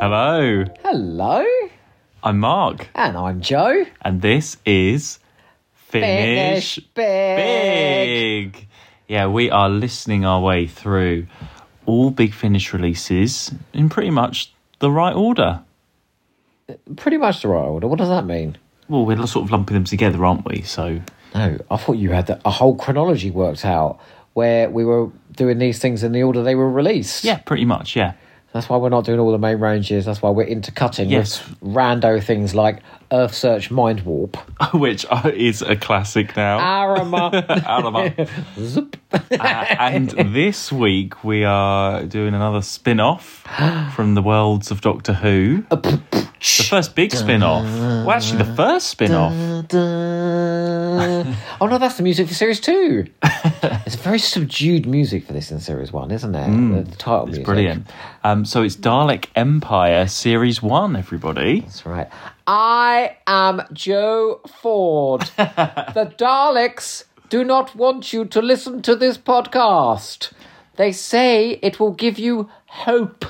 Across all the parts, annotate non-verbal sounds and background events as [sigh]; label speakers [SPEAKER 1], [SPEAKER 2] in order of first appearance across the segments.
[SPEAKER 1] Hello,
[SPEAKER 2] Hello,
[SPEAKER 1] I'm Mark,
[SPEAKER 2] and I'm Joe.
[SPEAKER 1] and this is Finish,
[SPEAKER 2] big.
[SPEAKER 1] big. Yeah, we are listening our way through all Big Finish releases in pretty much the right order.
[SPEAKER 2] Pretty much the right order. What does that mean?
[SPEAKER 1] Well, we're sort of lumping them together, aren't we? So,
[SPEAKER 2] No, I thought you had the, a whole chronology worked out where we were doing these things in the order they were released.
[SPEAKER 1] yeah, pretty much, yeah. [laughs]
[SPEAKER 2] That's why we're not doing all the main ranges. That's why we're intercutting
[SPEAKER 1] Yes.
[SPEAKER 2] with rando things like Earth Search Mind Warp.
[SPEAKER 1] Which uh, is a classic now.
[SPEAKER 2] Arama.
[SPEAKER 1] [laughs] Out of our-
[SPEAKER 2] Zup. [laughs]
[SPEAKER 1] Uh, and this week we are doing another spin off from the worlds of Doctor Who. the first big spin off. Well, actually, the first spin off.
[SPEAKER 2] Da. oh no, that's the music for series [laughs] two. it's very subdued music for this in series one, isn't it? the, the title music.
[SPEAKER 1] Brilliant. Um, so it's Dalek Empire Series 1, everybody.
[SPEAKER 2] That's right. I am Joe [laughs] Ford. the Daleks do not want you to listen to this podcast. They say it will give you hope.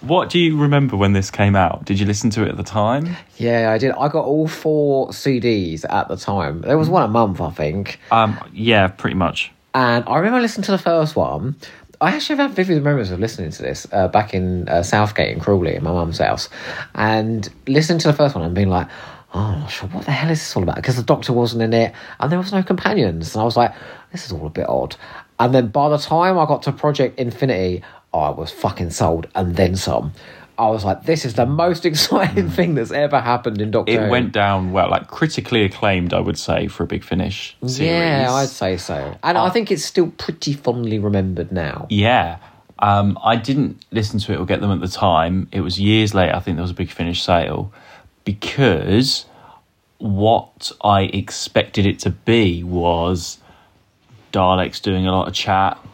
[SPEAKER 1] What do you remember when this came out? Did you listen to it at the time?
[SPEAKER 2] [laughs] Yeah, I did. I got all four CDs at the time. There was one a month, I think.
[SPEAKER 1] Um, yeah, pretty much.
[SPEAKER 2] And I remember listening to the first one. I actually have had vivid memories of listening to this uh, back in uh, Southgate in Crawley, at my mum's house, and listening to the first one and being like, "Oh, I'm not sure what the hell is this all about?" Because the doctor wasn't in it, and there was no companions, and I was like, "This is all a bit odd." And then by the time I got to Project Infinity, I was fucking sold, and then some. I was like, "This is the most [laughs] exciting thing that's ever happened in Doctor."
[SPEAKER 1] Hmm. It
[SPEAKER 2] Who.
[SPEAKER 1] went down well, like critically acclaimed, I would say, for a big finish series. Ah.
[SPEAKER 2] Yeah, I'd say so, and I think it's still pretty fondly remembered now.
[SPEAKER 1] Yeah. Um, I didn't listen to it or get them at the time. It was years later. I think there was a big finish sale because what I expected it to be was Daleks doing a lot of chat,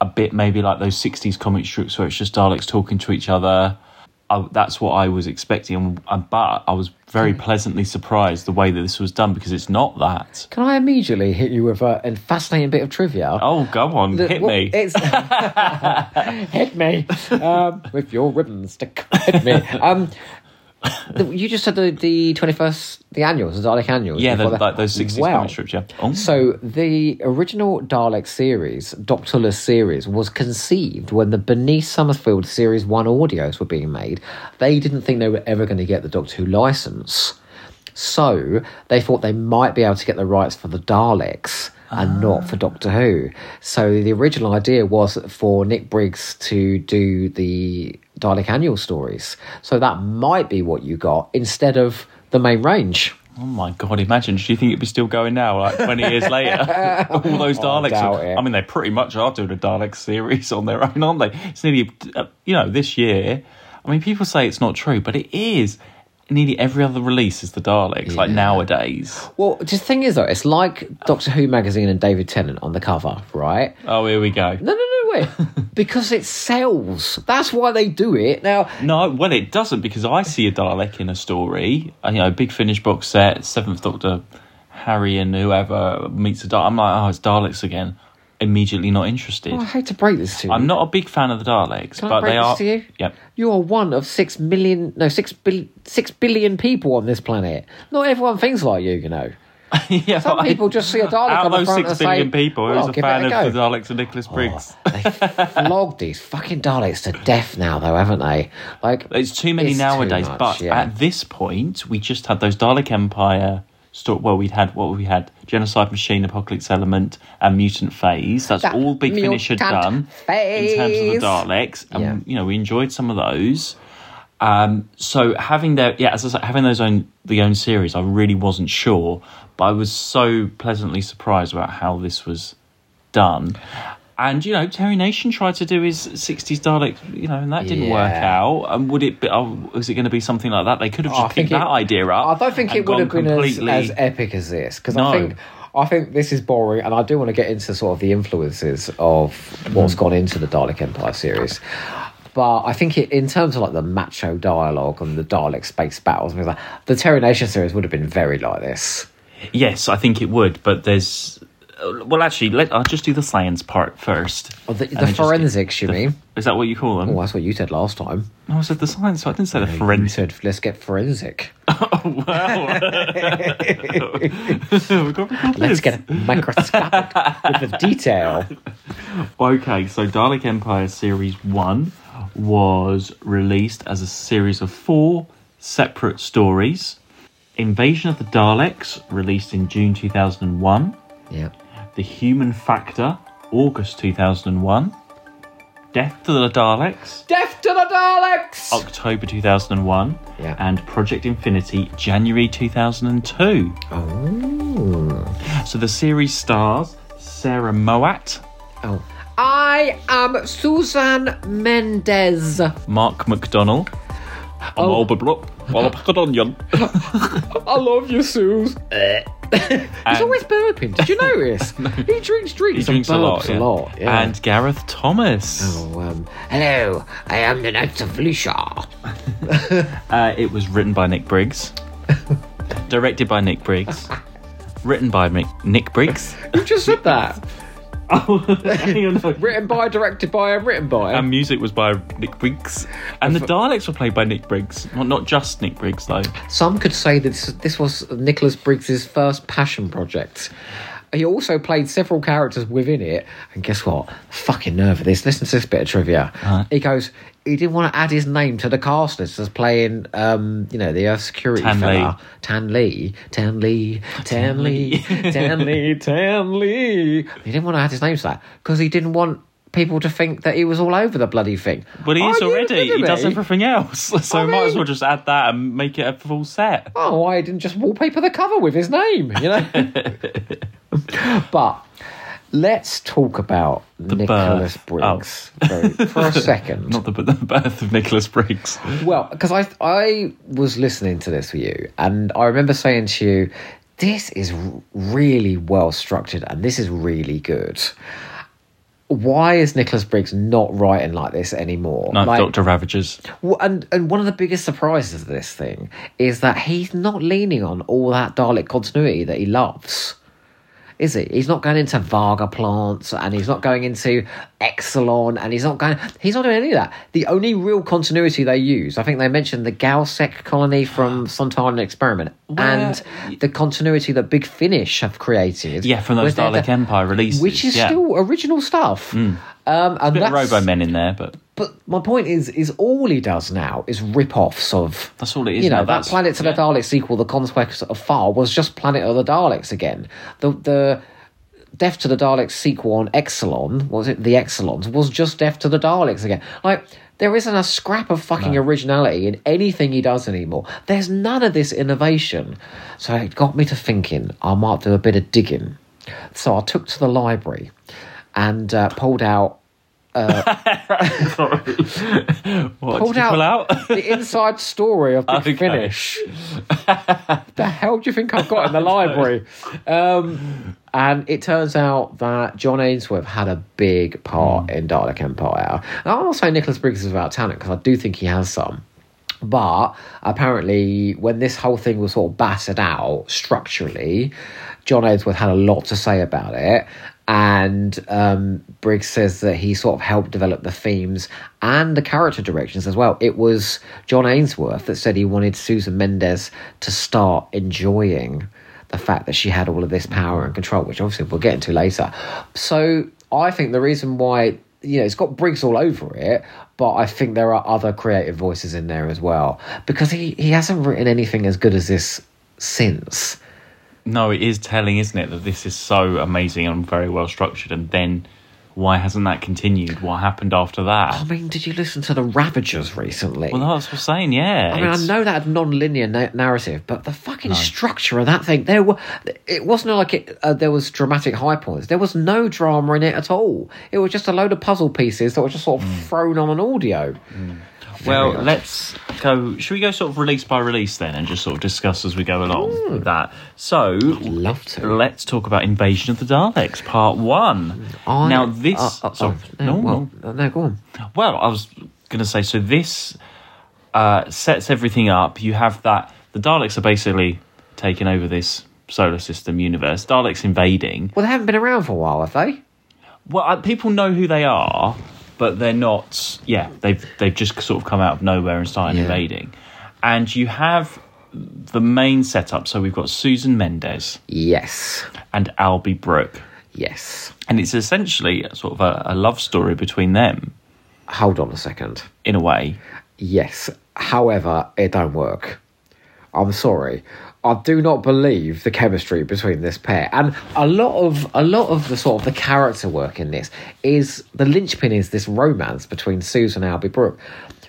[SPEAKER 1] a bit maybe like those 60s comic strips where it's just Daleks talking to each other. I, that's what I was expecting. and- and- But I was
[SPEAKER 2] Hmm.
[SPEAKER 1] very pleasantly surprised the way that this was done because it's not that.
[SPEAKER 2] Can I immediately hit you with a, a fascinating bit of trivia?
[SPEAKER 1] Oh, go on,
[SPEAKER 2] The-
[SPEAKER 1] hit
[SPEAKER 2] well,
[SPEAKER 1] me. [laughs]
[SPEAKER 2] It's, hit me um, with your ribbon stick. Hit me. Um, the- you just said the, the 21st, the annuals, the Dalek annuals.
[SPEAKER 1] yeah, the,
[SPEAKER 2] before that.
[SPEAKER 1] like those 60s
[SPEAKER 2] Wow.
[SPEAKER 1] comic strips, yeah. Oh.
[SPEAKER 2] So the original Dalek series, Doctorless series, was conceived when the Bernice Summerfield Series 1 audios were being made. They didn't think they were ever going to get the Doctor Who license. So they thought they might be able to get the rights for the Daleks and not for Doctor Who. So the original idea was for Nick Briggs to do the Dalek annual stories. So that might be what you got instead of the main range.
[SPEAKER 1] Oh my god! Imagine. Do you think it'd be still going now, like twenty years later?
[SPEAKER 2] [laughs]
[SPEAKER 1] All those Daleks.
[SPEAKER 2] doubt
[SPEAKER 1] are-
[SPEAKER 2] it.
[SPEAKER 1] I mean, they pretty much are doing a Dalek series on their own, aren't they? It's nearly, uh, you know, this year. I mean, people say it's not true, but it is. Nearly every other release is the Daleks, like nowadays.
[SPEAKER 2] Well, the thing is, though, it's like Doctor Who magazine and David Tennant on the cover, right?
[SPEAKER 1] Oh, here we go.
[SPEAKER 2] No, no, no,
[SPEAKER 1] [laughs]
[SPEAKER 2] wait. because it sells. That's why they do it. Now,
[SPEAKER 1] No, well, it doesn't because I see a Dalek in a story. uh, You know, big finish box set, Seventh Doctor, Harry, and whoever meets a Dalek. I'm like, oh, it's Daleks again. Immediately not interested.
[SPEAKER 2] I hate to break this to you.
[SPEAKER 1] I'm not a big fan of the Daleks,
[SPEAKER 2] Can I
[SPEAKER 1] but
[SPEAKER 2] break
[SPEAKER 1] they
[SPEAKER 2] this
[SPEAKER 1] are. [laughs]
[SPEAKER 2] to you?
[SPEAKER 1] Yep.
[SPEAKER 2] You are one of six million, no, six, bil- six billion people on this planet. Not everyone thinks like you, you know.
[SPEAKER 1] yeah,
[SPEAKER 2] Some
[SPEAKER 1] but I-
[SPEAKER 2] people just see a Dalek
[SPEAKER 1] out
[SPEAKER 2] on
[SPEAKER 1] of
[SPEAKER 2] the
[SPEAKER 1] those
[SPEAKER 2] front
[SPEAKER 1] six
[SPEAKER 2] and say,
[SPEAKER 1] billion people,
[SPEAKER 2] well,
[SPEAKER 1] who's
[SPEAKER 2] I'll
[SPEAKER 1] a
[SPEAKER 2] give it
[SPEAKER 1] fan
[SPEAKER 2] a
[SPEAKER 1] of the
[SPEAKER 2] go.
[SPEAKER 1] Daleks and Nicholas
[SPEAKER 2] Oh.
[SPEAKER 1] Briggs?
[SPEAKER 2] They flogged these fucking Daleks to death now, though, haven't they? Like,
[SPEAKER 1] It's too many
[SPEAKER 2] It's too
[SPEAKER 1] nowadays.
[SPEAKER 2] much,
[SPEAKER 1] but
[SPEAKER 2] yeah.
[SPEAKER 1] at this point, we just had those Dalek Empire. Sto- well, we'd had what we had: genocide machine, apocalypse element, and mutant phase. That's
[SPEAKER 2] That
[SPEAKER 1] all Big Finish had
[SPEAKER 2] mutant
[SPEAKER 1] done in terms of
[SPEAKER 2] phase.
[SPEAKER 1] the Daleks, and
[SPEAKER 2] Yeah.
[SPEAKER 1] you know we enjoyed some of those. Um, so having their yeah, as I said, having those own the own series, I really wasn't sure, but I was so pleasantly surprised about how this was done. And you know, Terry Nation tried to do his '60s Dalek, you know, and that didn't work
[SPEAKER 2] Yeah.
[SPEAKER 1] out. And would it be? Oh, was it going to be something like that? They could have
[SPEAKER 2] Oh,
[SPEAKER 1] just picked that
[SPEAKER 2] it-
[SPEAKER 1] idea up.
[SPEAKER 2] I don't think
[SPEAKER 1] and
[SPEAKER 2] it would have
[SPEAKER 1] gone
[SPEAKER 2] been as,
[SPEAKER 1] completely-
[SPEAKER 2] as e- epic as this because
[SPEAKER 1] No.
[SPEAKER 2] I think I think this is boring, and I do want to get into sort of the influences of what's gone into the Dalek Empire series. But I think it, in terms of like the macho dialogue and the Dalek space battles, and things like that, the Terry Nation series would have been very like this.
[SPEAKER 1] Yes, I think it would, but there's uh, well, actually, let I'll just do the science part first.
[SPEAKER 2] Oh, the
[SPEAKER 1] And
[SPEAKER 2] the
[SPEAKER 1] then just get
[SPEAKER 2] forensics, you
[SPEAKER 1] the-
[SPEAKER 2] mean?
[SPEAKER 1] Is that what you call them?
[SPEAKER 2] Well, that's what you said last time.
[SPEAKER 1] No, I said the science part. I didn't say the
[SPEAKER 2] You
[SPEAKER 1] forensic.
[SPEAKER 2] said, let's get [laughs] forensic.
[SPEAKER 1] We've got to record
[SPEAKER 2] [laughs] Let's
[SPEAKER 1] this.
[SPEAKER 2] get microscopic with the [laughs] detail.
[SPEAKER 1] Okay, so Dalek Empire Series 1 was released as a series of four separate stories. Invasion of the Daleks, released in June 2001.
[SPEAKER 2] Yeah.
[SPEAKER 1] The Human Factor, August 2001. Death to the Daleks,
[SPEAKER 2] Death to the Daleks!
[SPEAKER 1] October 2001.
[SPEAKER 2] Yeah.
[SPEAKER 1] And Project Infinity, January 2002.
[SPEAKER 2] Oh.
[SPEAKER 1] So the series stars Sarah Moat,
[SPEAKER 2] oh. I am Susan Mendez.
[SPEAKER 1] Mark McDonnell. I'm
[SPEAKER 2] Oh.
[SPEAKER 1] Albert Brook. Well, I've got
[SPEAKER 2] [laughs]
[SPEAKER 1] onion.
[SPEAKER 2] I love you, [laughs] Suze. He's always burping. [laughs] Did you notice? He drinks drinks
[SPEAKER 1] He
[SPEAKER 2] and
[SPEAKER 1] drinks a lot.
[SPEAKER 2] burps a
[SPEAKER 1] yeah.
[SPEAKER 2] lot. yeah.
[SPEAKER 1] And Gareth Thomas.
[SPEAKER 2] Oh, um, hello, I am the Knights of Lucia.
[SPEAKER 1] Uh, it was written by Nick
[SPEAKER 2] [laughs]
[SPEAKER 1] Briggs, directed by Nick Briggs, written by Mick, Nick
[SPEAKER 2] [laughs]
[SPEAKER 1] Briggs.
[SPEAKER 2] You just said [laughs] that.
[SPEAKER 1] oh, hang on. no.
[SPEAKER 2] Written by, directed by, and written by.
[SPEAKER 1] And music was by Nick Briggs, and the Daleks were played by Nick Briggs. Not not just Nick Briggs though.
[SPEAKER 2] Some could say that this, this was Nicholas Briggs's first passion project. He also played several characters within it, and guess what? Fucking nerve of this. Listen to this bit of trivia. He goes, he didn't want to add his name to the cast list as playing, um, you know, the Earth security
[SPEAKER 1] Tan
[SPEAKER 2] fella, Tan Lee, Tan Lee, Tan Lee, [laughs] Tan Lee, Tan Lee. He didn't want to add his name to that because he didn't want people to think that he was all over the bloody thing.
[SPEAKER 1] But he
[SPEAKER 2] Are
[SPEAKER 1] is
[SPEAKER 2] you
[SPEAKER 1] already.
[SPEAKER 2] kidding
[SPEAKER 1] He does
[SPEAKER 2] me? Oh,
[SPEAKER 1] everything else, [laughs] so
[SPEAKER 2] I
[SPEAKER 1] we might as
[SPEAKER 2] mean-
[SPEAKER 1] well just add that and make it a full set.
[SPEAKER 2] oh, why didn't just wallpaper the cover with his name, you know? but let's talk about Nicholas
[SPEAKER 1] birth.
[SPEAKER 2] Briggs very, for a
[SPEAKER 1] [laughs]
[SPEAKER 2] second.
[SPEAKER 1] Not the, the birth of Nicholas Briggs.
[SPEAKER 2] Well, because I I was listening to this with you, and I remember saying to you, this is r- really well structured, and this is really good. Why is Nicholas Briggs not writing like this anymore?
[SPEAKER 1] No,
[SPEAKER 2] like,
[SPEAKER 1] Doctor Ravagers.
[SPEAKER 2] Well, and and one of the biggest surprises of this thing is that he's not leaning on all that Dalek continuity that he loves. Is he? He's not going into Varga plants and he's not going into Exelon and he's not going he's not doing any of that. The only real continuity they use, I think they mentioned the Galsec
[SPEAKER 1] [gasps]
[SPEAKER 2] colony from Sontaran Experiment and the continuity that Big Finish have created.
[SPEAKER 1] Yeah, from
[SPEAKER 2] with
[SPEAKER 1] those
[SPEAKER 2] their-
[SPEAKER 1] Dalek Empire releases.
[SPEAKER 2] Which is
[SPEAKER 1] yeah. Mm.
[SPEAKER 2] still original stuff. Um, and
[SPEAKER 1] bit of
[SPEAKER 2] that's-
[SPEAKER 1] Robo Men in there, but
[SPEAKER 2] but my point is, is all he does now is rip-offs of.
[SPEAKER 1] That's all it is
[SPEAKER 2] You know
[SPEAKER 1] now,
[SPEAKER 2] that
[SPEAKER 1] that's-
[SPEAKER 2] Planet of the
[SPEAKER 1] yeah.
[SPEAKER 2] Daleks sequel, The Conquest of Far, was just Planet of the Daleks again. The the Death to the Daleks sequel on Exelon was it the Exelons was just Death to the Daleks again. Like there isn't a scrap of fucking originality in anything he does anymore. There's none of this innovation. So it got me to thinking I might do a bit of digging. So I took to the library and uh, pulled out
[SPEAKER 1] what
[SPEAKER 2] pulled
[SPEAKER 1] did you
[SPEAKER 2] out,
[SPEAKER 1] pull out? [laughs]
[SPEAKER 2] the inside story of
[SPEAKER 1] Okay.
[SPEAKER 2] Big Finish. the hell do you think
[SPEAKER 1] [laughs]
[SPEAKER 2] I've got in the library? Um, and it turns out that John Ainsworth had a big part in Dalek Empire. And I'll say Nicholas Briggs is about talent because I do think he has some. But apparently, when this whole thing was sort of battered out structurally, John Ainsworth had a lot to say about it. And um, Briggs says that he sort of helped develop the themes and the character directions as well. It was John Ainsworth that said he wanted Susan Mendes to start enjoying the fact that she had all of this power and control, which obviously we'll get into later. So I think the reason why you know it's got Briggs all over it, but I think there are other creative voices in there as well because he he hasn't written anything as good as this since.
[SPEAKER 1] No, it is telling, isn't it, that this is so amazing and very well structured, and then why hasn't that continued? What happened after
[SPEAKER 2] I [sighs]
[SPEAKER 1] that?
[SPEAKER 2] mean, did you listen to the Ravagers recently?
[SPEAKER 1] Well, that's what I'm saying, yeah.
[SPEAKER 2] I mean, I
[SPEAKER 1] it's-
[SPEAKER 2] know that non-linear na- narrative, but the fucking structure of that thing, there were, it wasn't like it, uh, there was dramatic high points. There was no drama in it at all. It was just a load of puzzle pieces that were just sort
[SPEAKER 1] Mm.
[SPEAKER 2] of thrown on an audio.
[SPEAKER 1] Well,
[SPEAKER 2] Very
[SPEAKER 1] let's go. Should we go sort of release by release then and just sort of discuss as we go along with that? So,
[SPEAKER 2] love to.
[SPEAKER 1] let's talk about Invasion of the Daleks, part one.
[SPEAKER 2] I-
[SPEAKER 1] now, this.
[SPEAKER 2] uh, uh,
[SPEAKER 1] sorry,
[SPEAKER 2] oh,
[SPEAKER 1] no, no.
[SPEAKER 2] well, uh, no, go on.
[SPEAKER 1] Well, I was going to say so this uh, sets everything up. You have that the Daleks are basically taking over this solar system universe. Daleks invading.
[SPEAKER 2] Well, they haven't been around for a while, have they?
[SPEAKER 1] Well, I, people know who they are, but they're not. Yeah, they've they've just sort of come out of nowhere and started
[SPEAKER 2] Yeah.
[SPEAKER 1] invading. And you have the main setup. So we've got Susan Mendez
[SPEAKER 2] Yes.
[SPEAKER 1] and Albie Brooke,
[SPEAKER 2] Yes.
[SPEAKER 1] and it's essentially sort of a, a love story between them
[SPEAKER 2] Hold on a second.
[SPEAKER 1] in a way.
[SPEAKER 2] Yes. However, it don't work. I'm sorry. I do not believe the chemistry between this pair. And a lot of a lot of the sort of the character work in this is the linchpin is this romance between Susan and Albie Brooke.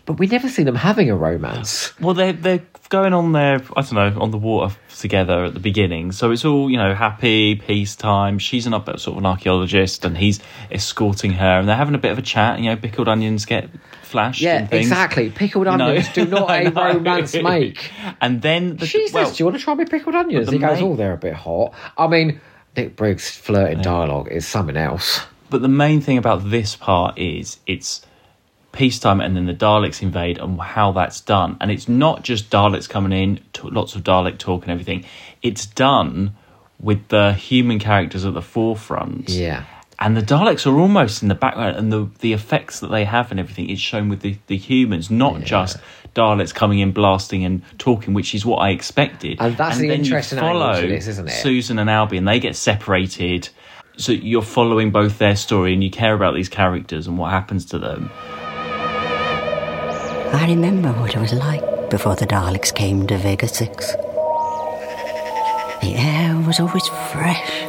[SPEAKER 2] But we never see them having a romance.
[SPEAKER 1] Well, they're they're going on their I don't know on the water together at the beginning, so it's all you know happy peacetime. She's an up sort of an archaeologist, and he's escorting her, and they're having a bit of a chat. You know, pickled onions get flashed.
[SPEAKER 2] Yeah,
[SPEAKER 1] and things.
[SPEAKER 2] exactly. Pickled
[SPEAKER 1] You know?
[SPEAKER 2] onions do
[SPEAKER 1] [laughs]
[SPEAKER 2] not
[SPEAKER 1] I
[SPEAKER 2] a
[SPEAKER 1] know.
[SPEAKER 2] romance make.
[SPEAKER 1] And then the,
[SPEAKER 2] She says,
[SPEAKER 1] well,
[SPEAKER 2] "Do you want to try me pickled onions?"
[SPEAKER 1] the
[SPEAKER 2] He goes,
[SPEAKER 1] main-
[SPEAKER 2] "Oh, they're a bit hot." I mean, Nick Briggs' flirting dialogue is something else.
[SPEAKER 1] but the main thing about this part is it's peacetime and then the daleks invade and how that's done and it's not just daleks coming in t- lots of dalek talk and everything it's done with the human characters at the forefront
[SPEAKER 2] Yeah.
[SPEAKER 1] and the daleks are almost in the background and the, the effects that they have and everything is shown with the, the humans not just daleks coming in blasting and talking which is what i expected
[SPEAKER 2] And that's the
[SPEAKER 1] then you
[SPEAKER 2] interesting angle to this, isn't it?
[SPEAKER 1] susan and albie and they get separated so you're following both their story and you care about these characters and what happens to them
[SPEAKER 3] I remember what it was like before the Daleks came to Vega 6. The air was always fresh,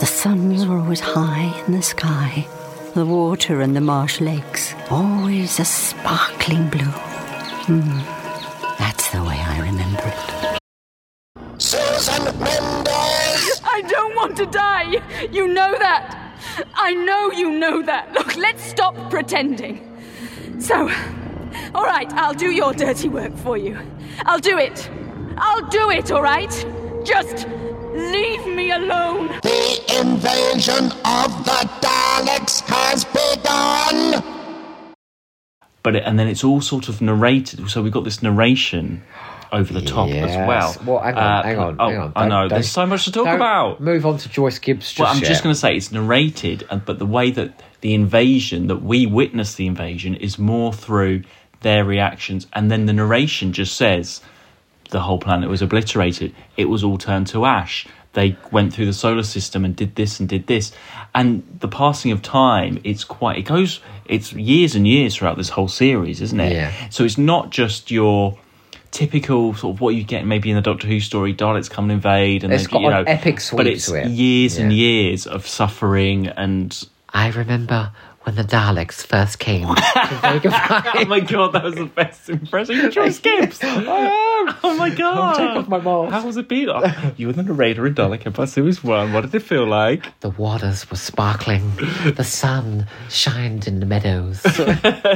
[SPEAKER 3] the suns were always high in the sky, the water and the marsh lakes always a sparkling blue. Hmm. That's the way I remember it.
[SPEAKER 4] Susan Mendes!
[SPEAKER 5] I don't want to die. You know that. I know you know that. Look, let's stop pretending. So, all right, I'll do your dirty work for you. I'll do it. I'll do it, all right? Just leave me alone.
[SPEAKER 4] The invasion of the Daleks has begun!
[SPEAKER 1] but it, and then it's all sort of narrated. So we've got this narration over the top as well.
[SPEAKER 2] Yes. Well, hang on,
[SPEAKER 1] Uh,
[SPEAKER 2] hang on,
[SPEAKER 1] oh,
[SPEAKER 2] hang on.
[SPEAKER 1] I
[SPEAKER 2] Don't-
[SPEAKER 1] know.
[SPEAKER 2] don't-
[SPEAKER 1] There's so much to talk
[SPEAKER 2] don't
[SPEAKER 1] about.
[SPEAKER 2] Move on to Joyce Gibbs. Just
[SPEAKER 1] Well, I'm just
[SPEAKER 2] yet.
[SPEAKER 1] going to say it's narrated, and but the way that the invasion that we witness the invasion is more through their reactions, and then the narration just says the whole planet was obliterated. It was all turned to ash. They went through the solar system and did this and did this, and the passing of time. It's quite. It goes. It's years and years throughout this whole series, isn't it?
[SPEAKER 2] Yeah.
[SPEAKER 1] So it's not just your typical sort of what you get maybe in the Doctor Who story. Daleks come and invade, and
[SPEAKER 2] It's
[SPEAKER 1] they,
[SPEAKER 2] got
[SPEAKER 1] you
[SPEAKER 2] an
[SPEAKER 1] know,
[SPEAKER 2] epic
[SPEAKER 1] but
[SPEAKER 2] sweep
[SPEAKER 1] it's
[SPEAKER 2] to it.
[SPEAKER 1] years and
[SPEAKER 2] Yeah.
[SPEAKER 1] years of suffering and.
[SPEAKER 2] I remember when the Daleks first came [laughs] to Vega
[SPEAKER 1] [laughs] Oh
[SPEAKER 2] Five.
[SPEAKER 1] my god, that was the best impression. Joyce [laughs] Gibbs. Oh my god.
[SPEAKER 2] taking off my mask.
[SPEAKER 1] How was it being? Oh, [laughs] you were the narrator in Dalek Empire Series 1. What did it feel like?
[SPEAKER 2] the waters were sparkling. The sun shined in
[SPEAKER 1] [laughs]
[SPEAKER 2] the meadows.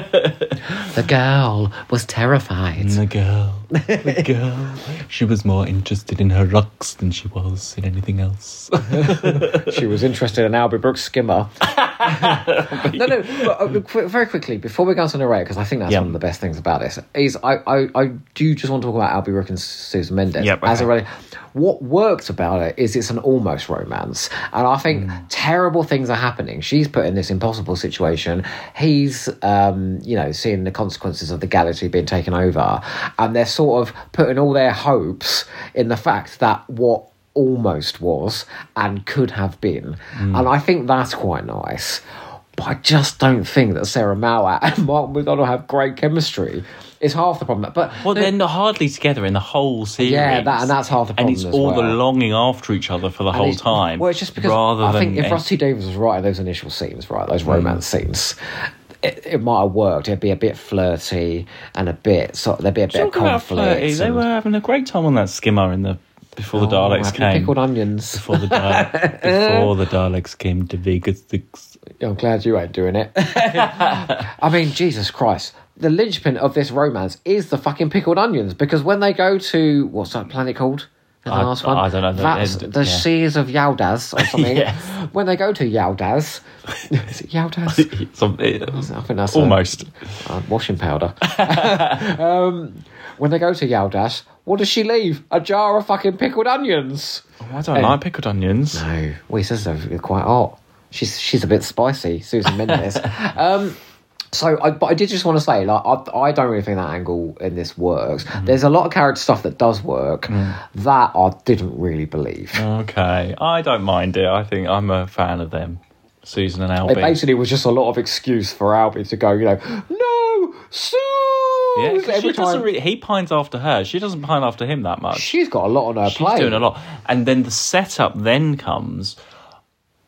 [SPEAKER 2] the girl was terrified.
[SPEAKER 1] The girl. [laughs] The girl. She was more interested in her rocks than she was in anything else.
[SPEAKER 2] she was interested in Albie Brooks skimmer. [laughs] no, no. But, uh, qu- very quickly before we go on to narrate, because I think that's
[SPEAKER 1] Yeah.
[SPEAKER 2] one of the best things about this is I, I, I do just want to talk about Albie Brooks and Susan Mendes
[SPEAKER 1] Yep,
[SPEAKER 2] as a
[SPEAKER 1] okay.
[SPEAKER 2] really. What works about it is it's an almost romance, and I think
[SPEAKER 1] Mm.
[SPEAKER 2] terrible things are happening. She's put in this impossible situation. He's, um, you know, seeing the consequences of the galaxy being taken over, and they're sort of putting all their hopes in the fact that what almost was and could have been.
[SPEAKER 1] Mm.
[SPEAKER 2] And I think that's quite nice. But I just don't think that Sarah Mauer [laughs] and Mark McDonald have great chemistry. It's half the problem. But
[SPEAKER 1] well, they're not hardly together in the whole series.
[SPEAKER 2] Yeah, that- and that's half the
[SPEAKER 1] And it's
[SPEAKER 2] problem as
[SPEAKER 1] all the
[SPEAKER 2] well.
[SPEAKER 1] longing after each other for the
[SPEAKER 2] And
[SPEAKER 1] whole
[SPEAKER 2] it's-
[SPEAKER 1] time.
[SPEAKER 2] Well, it's just because
[SPEAKER 1] rather than
[SPEAKER 2] I
[SPEAKER 1] Hmm.
[SPEAKER 2] think if
[SPEAKER 1] any-
[SPEAKER 2] Rusty Davies was writing those initial scenes, right, those romance scenes, it, it might have worked. It'd be a bit flirty and a bit so there'd be a bit
[SPEAKER 1] Talk
[SPEAKER 2] of
[SPEAKER 1] about
[SPEAKER 2] conflict.
[SPEAKER 1] flirty. They
[SPEAKER 2] and-
[SPEAKER 1] were having a great time on that skimmer in the before the
[SPEAKER 2] Oh,
[SPEAKER 1] Daleks
[SPEAKER 2] happy
[SPEAKER 1] came.
[SPEAKER 2] Pickled onions.
[SPEAKER 1] Before the
[SPEAKER 2] [laughs]
[SPEAKER 1] Daleks, before the Daleks came to Vega Six.
[SPEAKER 2] I'm glad you ain't doing
[SPEAKER 1] [laughs]
[SPEAKER 2] it. I mean, Jesus Christ. The linchpin of this romance is the fucking pickled onions because when they go to what's that planet called? The
[SPEAKER 1] I-
[SPEAKER 2] last one.
[SPEAKER 1] I don't know. The-
[SPEAKER 2] That's
[SPEAKER 1] the-
[SPEAKER 2] the,
[SPEAKER 1] yeah.
[SPEAKER 2] Seas of
[SPEAKER 1] [laughs]
[SPEAKER 2] Yaldaz or something.
[SPEAKER 1] Yes.
[SPEAKER 2] When they go to Yaldaz, is it
[SPEAKER 1] [laughs]
[SPEAKER 2] Yaldaz?
[SPEAKER 1] Some- it was
[SPEAKER 2] I think that's a-
[SPEAKER 1] Almost.
[SPEAKER 2] [laughs] uh, washing powder. um, when they go to Yaldash, What does she leave? A jar of fucking pickled onions.
[SPEAKER 1] I don't like pickled onions.
[SPEAKER 2] No, well, he says they're quite hot. She's she's a bit spicy,
[SPEAKER 1] [laughs]
[SPEAKER 2] Susan Mendes. um, so, I, but I did just want to say, like, I, I don't really think that angle in this works.
[SPEAKER 1] Mm.
[SPEAKER 2] There's a lot of character stuff that does work that I didn't really believe.
[SPEAKER 1] Okay, I don't mind it. I think I'm a fan of them, Susan and Albie.
[SPEAKER 2] It basically was just a lot of excuse for Albie to go, you know, no, Sue.
[SPEAKER 1] yeah, 'cause
[SPEAKER 2] every
[SPEAKER 1] she doesn't
[SPEAKER 2] time.
[SPEAKER 1] really, he pines after her. She doesn't pine after him that much.
[SPEAKER 2] She's got a lot on her
[SPEAKER 1] She's
[SPEAKER 2] plate.
[SPEAKER 1] doing a lot. And then the setup then comes.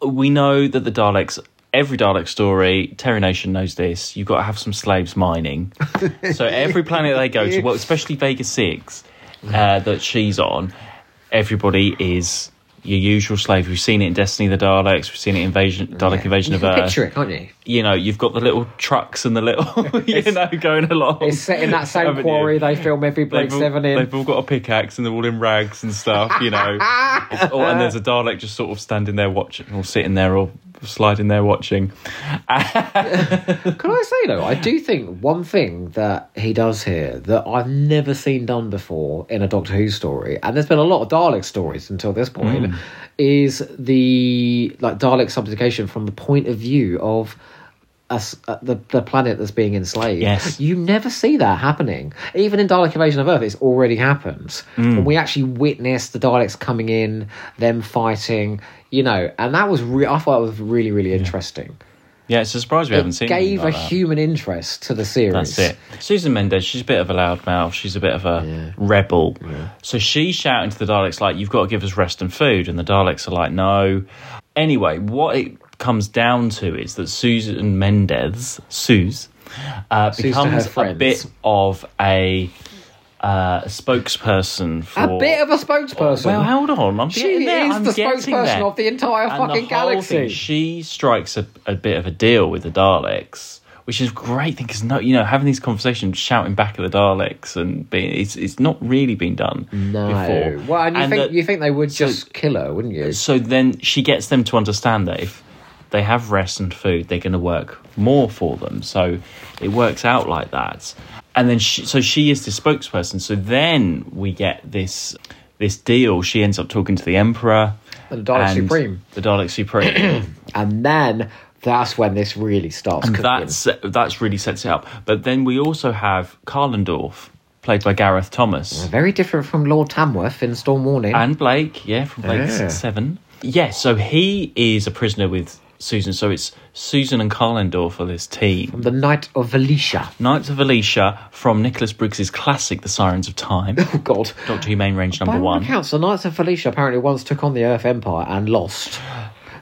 [SPEAKER 1] We know that the Daleks, every Dalek story, Terry Nation knows this. You've got to have some slaves
[SPEAKER 2] [laughs]
[SPEAKER 1] mining. so every planet they go to, well, especially Vega Six, uh, that she's on, everybody is your usual slave. We've seen it in Destiny of the Daleks. We've seen it in Invasion, Dalek Invasion
[SPEAKER 2] you
[SPEAKER 1] of
[SPEAKER 2] can
[SPEAKER 1] Earth.
[SPEAKER 2] picture it, can't you?
[SPEAKER 1] You know, you've got the little trucks and the little, [laughs] you know, going along.
[SPEAKER 2] It's set in that
[SPEAKER 1] [laughs]
[SPEAKER 2] same
[SPEAKER 1] haven't you?
[SPEAKER 2] quarry they film every Break
[SPEAKER 1] They've all-
[SPEAKER 2] Seven in.
[SPEAKER 1] They've all got a pickaxe and they're all in rags and stuff, you know. It's all- and there's a Dalek just sort of standing there watching, or sitting there, or sliding there watching.
[SPEAKER 2] Can I say though, I do think one thing that he does here that I've never seen done before in a Doctor Who story, and there's been a lot of Dalek stories until this point, is the like Dalek subjugation from the point of view of us, uh, the the planet that's being enslaved.
[SPEAKER 1] Yes.
[SPEAKER 2] you never see that happening. Even in Dalek Invasion of Earth, it's already happened. And we actually witnessed the Daleks coming in, them fighting, you know, and that was re- I thought it was really really interesting
[SPEAKER 1] Yeah, it's a surprise we haven't seen anything
[SPEAKER 2] gave
[SPEAKER 1] like
[SPEAKER 2] a
[SPEAKER 1] that.
[SPEAKER 2] human interest to the series.
[SPEAKER 1] That's it. Susan Mendes, she's a bit of a loudmouth. She's a bit of a rebel. So she's shouting to the Daleks, like, you've got to give us rest and food. And the Daleks are like, no. Anyway, what it comes down to is that Susan Mendes, Suze, uh,
[SPEAKER 2] to her
[SPEAKER 1] becomes a
[SPEAKER 2] friends.
[SPEAKER 1] bit of a uh, spokesperson for.
[SPEAKER 2] A bit of a spokesperson.
[SPEAKER 1] Well, hold on. I'm
[SPEAKER 2] she
[SPEAKER 1] getting there.
[SPEAKER 2] is
[SPEAKER 1] I'm
[SPEAKER 2] the
[SPEAKER 1] getting
[SPEAKER 2] spokesperson
[SPEAKER 1] there.
[SPEAKER 2] of the entire
[SPEAKER 1] And
[SPEAKER 2] fucking
[SPEAKER 1] the whole
[SPEAKER 2] galaxy.
[SPEAKER 1] thing, she strikes a, a bit of a deal with the Daleks, which is a great thing because no, you know, having these conversations, shouting back at the Daleks, and being it's it's not really been done
[SPEAKER 2] no.
[SPEAKER 1] before.
[SPEAKER 2] Well, and you think
[SPEAKER 1] that-
[SPEAKER 2] you think they would just kill her, wouldn't you?
[SPEAKER 1] so then she gets them to understand that if they have rest and food, they're going to work more for them. So it works out like that. And then she, so she is the spokesperson. So then we get this this deal. She ends up talking to the Emperor.
[SPEAKER 2] The Dalek
[SPEAKER 1] and
[SPEAKER 2] Supreme.
[SPEAKER 1] The Dalek
[SPEAKER 2] [coughs]
[SPEAKER 1] Supreme.
[SPEAKER 2] And then that's when this really starts. Cooking.
[SPEAKER 1] that's that's really sets it up. But then we also have Karlendorf, played by Gareth Thomas.
[SPEAKER 2] very different from Lord Tamworth in Storm Warning.
[SPEAKER 1] And Blake, yeah, from Blake's
[SPEAKER 2] Yeah.
[SPEAKER 1] Seven. Yeah, so he is a prisoner with Susan. So it's Susan and Carlendorf for this team.
[SPEAKER 2] the Knight of Valicia.
[SPEAKER 1] Knights of Alicia from Nicholas Briggs's classic The Sirens of Time,
[SPEAKER 2] Oh God.
[SPEAKER 1] Doctor Who main range
[SPEAKER 2] By
[SPEAKER 1] number
[SPEAKER 2] all
[SPEAKER 1] one.
[SPEAKER 2] accounts, the Knights of Felicia apparently once took on the Earth Empire and lost.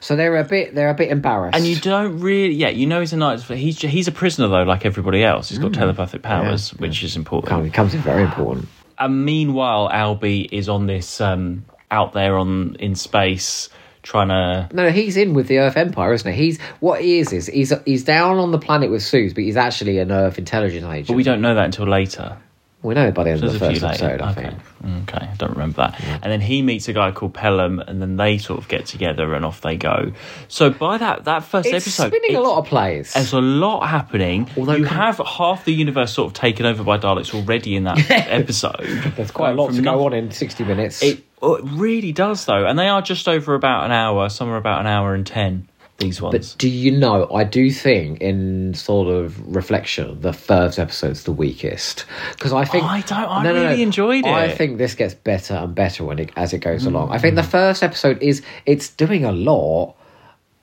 [SPEAKER 2] So they're a bit they're a bit embarrassed.
[SPEAKER 1] And you don't really, yeah, you know he's a knight. of- He's ju- he's a prisoner though, like everybody else. He's got telepathic powers, which is important.
[SPEAKER 2] Oh, it comes in very important.
[SPEAKER 1] And meanwhile, Albie is on this um, out there on in space, trying to
[SPEAKER 2] No, no, he's in with the Earth Empire, isn't he? He's what he is is he's he's down on the planet with Suze, but he's actually an Earth intelligence agent.
[SPEAKER 1] But we don't know that until later.
[SPEAKER 2] we know by the end of
[SPEAKER 1] There's
[SPEAKER 2] the
[SPEAKER 1] a
[SPEAKER 2] first
[SPEAKER 1] few later.
[SPEAKER 2] episode, I
[SPEAKER 1] okay.
[SPEAKER 2] think.
[SPEAKER 1] Okay, I don't remember that. And then he meets a guy called Pelham, and then they sort of get together and off they go. So by that that first
[SPEAKER 2] It's
[SPEAKER 1] episode,
[SPEAKER 2] spinning a
[SPEAKER 1] it's-
[SPEAKER 2] lot of plays.
[SPEAKER 1] There's a lot happening.
[SPEAKER 2] Although-
[SPEAKER 1] you have half the universe sort of taken over by Daleks already
[SPEAKER 2] [laughs]
[SPEAKER 1] in that episode.
[SPEAKER 2] There's quite a lot to go on in sixty minutes.
[SPEAKER 1] It, oh, it really does, though, and they are just over about an hour. Some are about an hour and ten. These ones.
[SPEAKER 2] but do you know? I do think, in sort of reflection, the first episode's the weakest because I think
[SPEAKER 1] I don't- I really enjoyed
[SPEAKER 2] I
[SPEAKER 1] it. Mm.
[SPEAKER 2] think this gets better and better when it as it goes along. I think the first episode is it's doing a lot,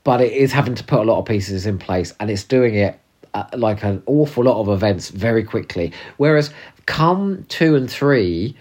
[SPEAKER 2] but it is having to put a lot of pieces in place and it's doing it uh, like an awful lot of events very quickly whereas come two and three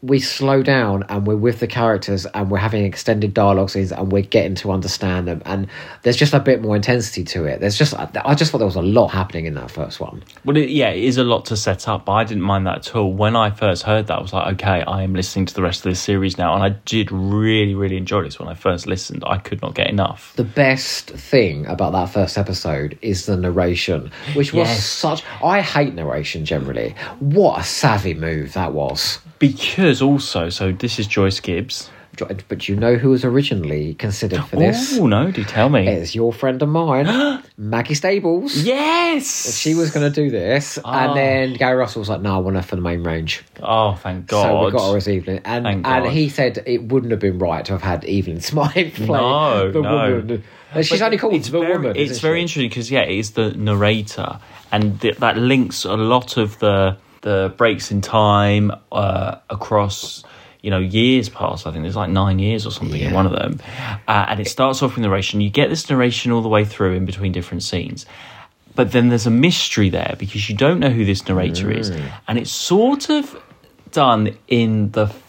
[SPEAKER 2] we slow down and we're with the characters and we're having extended dialogue scenes and we're getting to understand them and there's just a bit more intensity to it there's just i I just thought there was a lot happening in that first one
[SPEAKER 1] Well, it, yeah, it is a lot to set up, but I didn't mind that at all. When I first heard that, I was like, okay, I am listening to the rest of this series now, and I did really, really enjoy this when I first listened. I could not get enough.
[SPEAKER 2] the best thing about that first episode is the narration which was
[SPEAKER 1] Yes.
[SPEAKER 2] such i hate narration generally what a savvy move that was
[SPEAKER 1] Because also, so this is Joyce Gibbs.
[SPEAKER 2] dropped. But you know who was originally considered for this?
[SPEAKER 1] Oh no! Do tell me.
[SPEAKER 2] It's your friend of
[SPEAKER 1] [gasps]
[SPEAKER 2] mine, Maggie Stables.
[SPEAKER 1] yes.
[SPEAKER 2] She was going to do this,
[SPEAKER 1] Ah.
[SPEAKER 2] and then Gary Russell was like, "No, I want her for the main range."
[SPEAKER 1] Oh, thank God.
[SPEAKER 2] So we got her as Evelyn, and
[SPEAKER 1] Thank
[SPEAKER 2] and
[SPEAKER 1] God.
[SPEAKER 2] he said it wouldn't have been right to have had Evelyn [laughs] Smythe play
[SPEAKER 1] No,
[SPEAKER 2] the
[SPEAKER 1] no.
[SPEAKER 2] woman. And She's
[SPEAKER 1] But
[SPEAKER 2] only called
[SPEAKER 1] it's
[SPEAKER 2] the
[SPEAKER 1] very,
[SPEAKER 2] woman.
[SPEAKER 1] It's
[SPEAKER 2] isn't
[SPEAKER 1] very
[SPEAKER 2] she?
[SPEAKER 1] interesting because yeah, it's the narrator, and th- that links a lot of the the breaks in time uh, across you know years past. I think there's like nine years or something in one of them, uh, and it starts off with narration. You get this narration all the way through in between different scenes. But then there's a mystery there because you don't know who this narrator is,
[SPEAKER 2] Mm.
[SPEAKER 1] and it's sort of done in the f-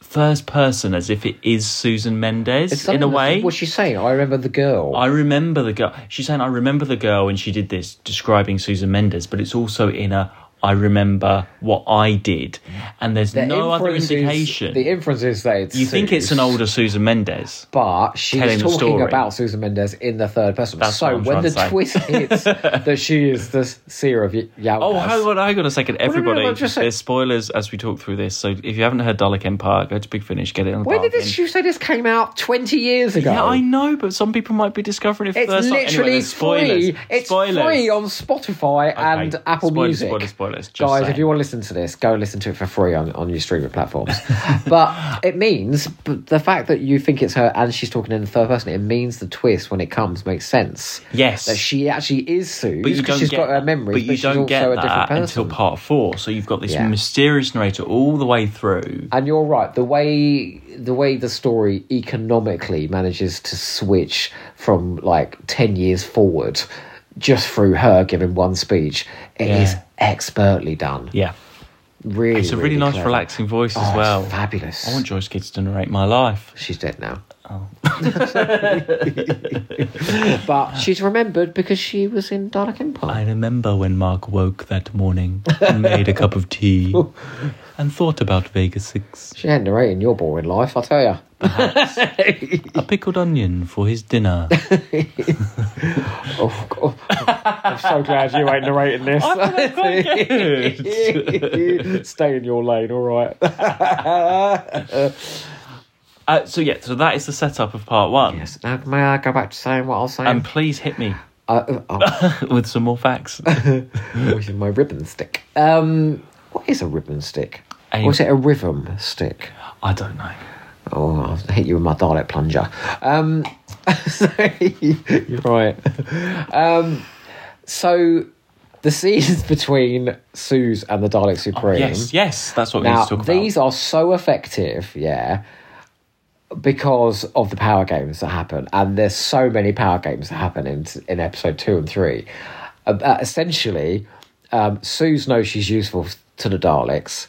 [SPEAKER 1] first person as if it is Susan Mendes in
[SPEAKER 2] It's
[SPEAKER 1] a
[SPEAKER 2] something that's-
[SPEAKER 1] way.
[SPEAKER 2] What's she saying? I remember the girl.
[SPEAKER 1] I remember the girl. She's saying, I remember the girl when she did this, describing Susan Mendes, but it's also in a, I remember what I did. And there's
[SPEAKER 2] The
[SPEAKER 1] no other
[SPEAKER 2] inference is-
[SPEAKER 1] indication.
[SPEAKER 2] The inference is that it's
[SPEAKER 1] you think it's an
[SPEAKER 2] Sus,
[SPEAKER 1] older Susan Mendes.
[SPEAKER 2] but she's
[SPEAKER 1] telling the
[SPEAKER 2] talking
[SPEAKER 1] story.
[SPEAKER 2] about Susan Mendes in the third person.
[SPEAKER 1] That's what
[SPEAKER 2] so
[SPEAKER 1] I'm trying
[SPEAKER 2] when the
[SPEAKER 1] to say. [laughs]
[SPEAKER 2] twist hits that she is the seer of Y- Yaldas,
[SPEAKER 1] Oh, hang on, hang on a second,
[SPEAKER 2] no,
[SPEAKER 1] everybody.
[SPEAKER 2] no, just say-
[SPEAKER 1] there's spoilers as we talk through this. So if you haven't heard Dalek Empire, go to Big Finish, get it on the
[SPEAKER 2] when did
[SPEAKER 1] bargain.
[SPEAKER 2] this? You say this came out twenty years ago.
[SPEAKER 1] Yeah, I know, but some people might be discovering it for
[SPEAKER 2] It's
[SPEAKER 1] the first time. Anyway,
[SPEAKER 2] literally
[SPEAKER 1] there's spoilers.
[SPEAKER 2] free. It's
[SPEAKER 1] spoilers.
[SPEAKER 2] free on Spotify and Apple
[SPEAKER 1] Spoilers,
[SPEAKER 2] Music.
[SPEAKER 1] spoilers, spoilers. Just
[SPEAKER 2] Guys, if
[SPEAKER 1] saying.
[SPEAKER 2] you want to listen to this, go and listen to it for free on, on your streaming platforms. [laughs] but it means but the fact that you think it's her and she's talking in the third person, it means the twist when it comes makes sense.
[SPEAKER 1] Yes.
[SPEAKER 2] That she actually is Sue
[SPEAKER 1] but you
[SPEAKER 2] because
[SPEAKER 1] don't
[SPEAKER 2] she's
[SPEAKER 1] get
[SPEAKER 2] got her
[SPEAKER 1] that-
[SPEAKER 2] memories,
[SPEAKER 1] But you
[SPEAKER 2] she's
[SPEAKER 1] don't
[SPEAKER 2] also
[SPEAKER 1] get
[SPEAKER 2] a different
[SPEAKER 1] that
[SPEAKER 2] person.
[SPEAKER 1] until part four. So you've got this
[SPEAKER 2] Yeah.
[SPEAKER 1] mysterious narrator all the way through.
[SPEAKER 2] And you're right. The way the way the story economically manages to switch from like ten years forward, just through her giving one speech, it is
[SPEAKER 1] Yeah.
[SPEAKER 2] expertly done.
[SPEAKER 1] Yeah,
[SPEAKER 2] Really,
[SPEAKER 1] it's a really, nice,
[SPEAKER 2] clever.
[SPEAKER 1] relaxing voice
[SPEAKER 2] Oh,
[SPEAKER 1] as
[SPEAKER 2] it's
[SPEAKER 1] well.
[SPEAKER 2] fabulous.
[SPEAKER 1] I want Oh. Joyce Kids to narrate my life.
[SPEAKER 2] She's dead now. [laughs]
[SPEAKER 1] [laughs]
[SPEAKER 2] but she's remembered because she was in Dalek
[SPEAKER 1] I
[SPEAKER 2] Empire.
[SPEAKER 1] remember when Mark woke that morning and made a cup of
[SPEAKER 2] [laughs]
[SPEAKER 1] tea and thought about Vega 6.
[SPEAKER 2] She ain't narrating your boring life, I tell you.
[SPEAKER 1] A pickled onion for his [laughs] dinner.
[SPEAKER 2] Oh,
[SPEAKER 1] [laughs]
[SPEAKER 2] God. I'm so glad you ain't narrating this. [laughs] Stay in your lane, all right.
[SPEAKER 1] Uh, so, yeah, so that is the setup of part one.
[SPEAKER 2] Yes. Now, may I go back to saying what I was saying?
[SPEAKER 1] And please hit me
[SPEAKER 2] uh, oh,
[SPEAKER 1] [laughs] with some more
[SPEAKER 2] [laughs]
[SPEAKER 1] facts.
[SPEAKER 2] with my ribbon stick. Um, what is a ribbon stick?
[SPEAKER 1] A-
[SPEAKER 2] Or is it a rhythm stick?
[SPEAKER 1] I don't know.
[SPEAKER 2] Oh, I'll hit you with my Dalek plunger. Um, [laughs] sorry, you're right. Um, so the scenes [laughs] between Suze and the Dalek Supreme.
[SPEAKER 1] Oh, Yes, yes, that's what we need
[SPEAKER 2] Now
[SPEAKER 1] to talk about.
[SPEAKER 2] these are so effective, yeah, because of the power games that happen, and there's so many power games that happen in in episode two and three. Uh, uh, essentially, um, Suze knows she's useful to the Daleks,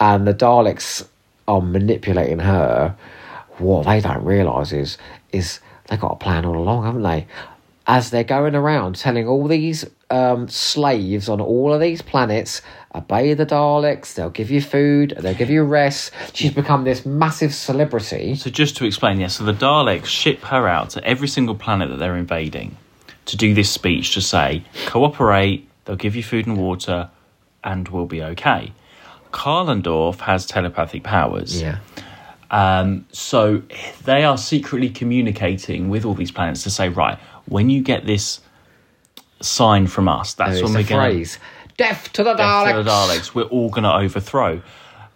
[SPEAKER 2] and the Daleks are manipulating her. What they don't realise is is they got a plan all along, haven't they? As they're going around telling all these um, slaves on all of these planets, obey the Daleks, they'll give you food, they'll give you rest. She's become this massive celebrity.
[SPEAKER 1] So just to explain, yes, so the Daleks ship her out to every single planet that they're invading to do this speech to say, cooperate, they'll give you food and water, and we'll be okay. Karlendorf has telepathic powers. Um, so they are secretly communicating with all these planets to say, right, when you get this sign from us, that's
[SPEAKER 2] Oh, It's
[SPEAKER 1] when
[SPEAKER 2] a
[SPEAKER 1] we're going
[SPEAKER 2] phrase. Death to the Daleks.
[SPEAKER 1] death to the Daleks. We're all going to overthrow.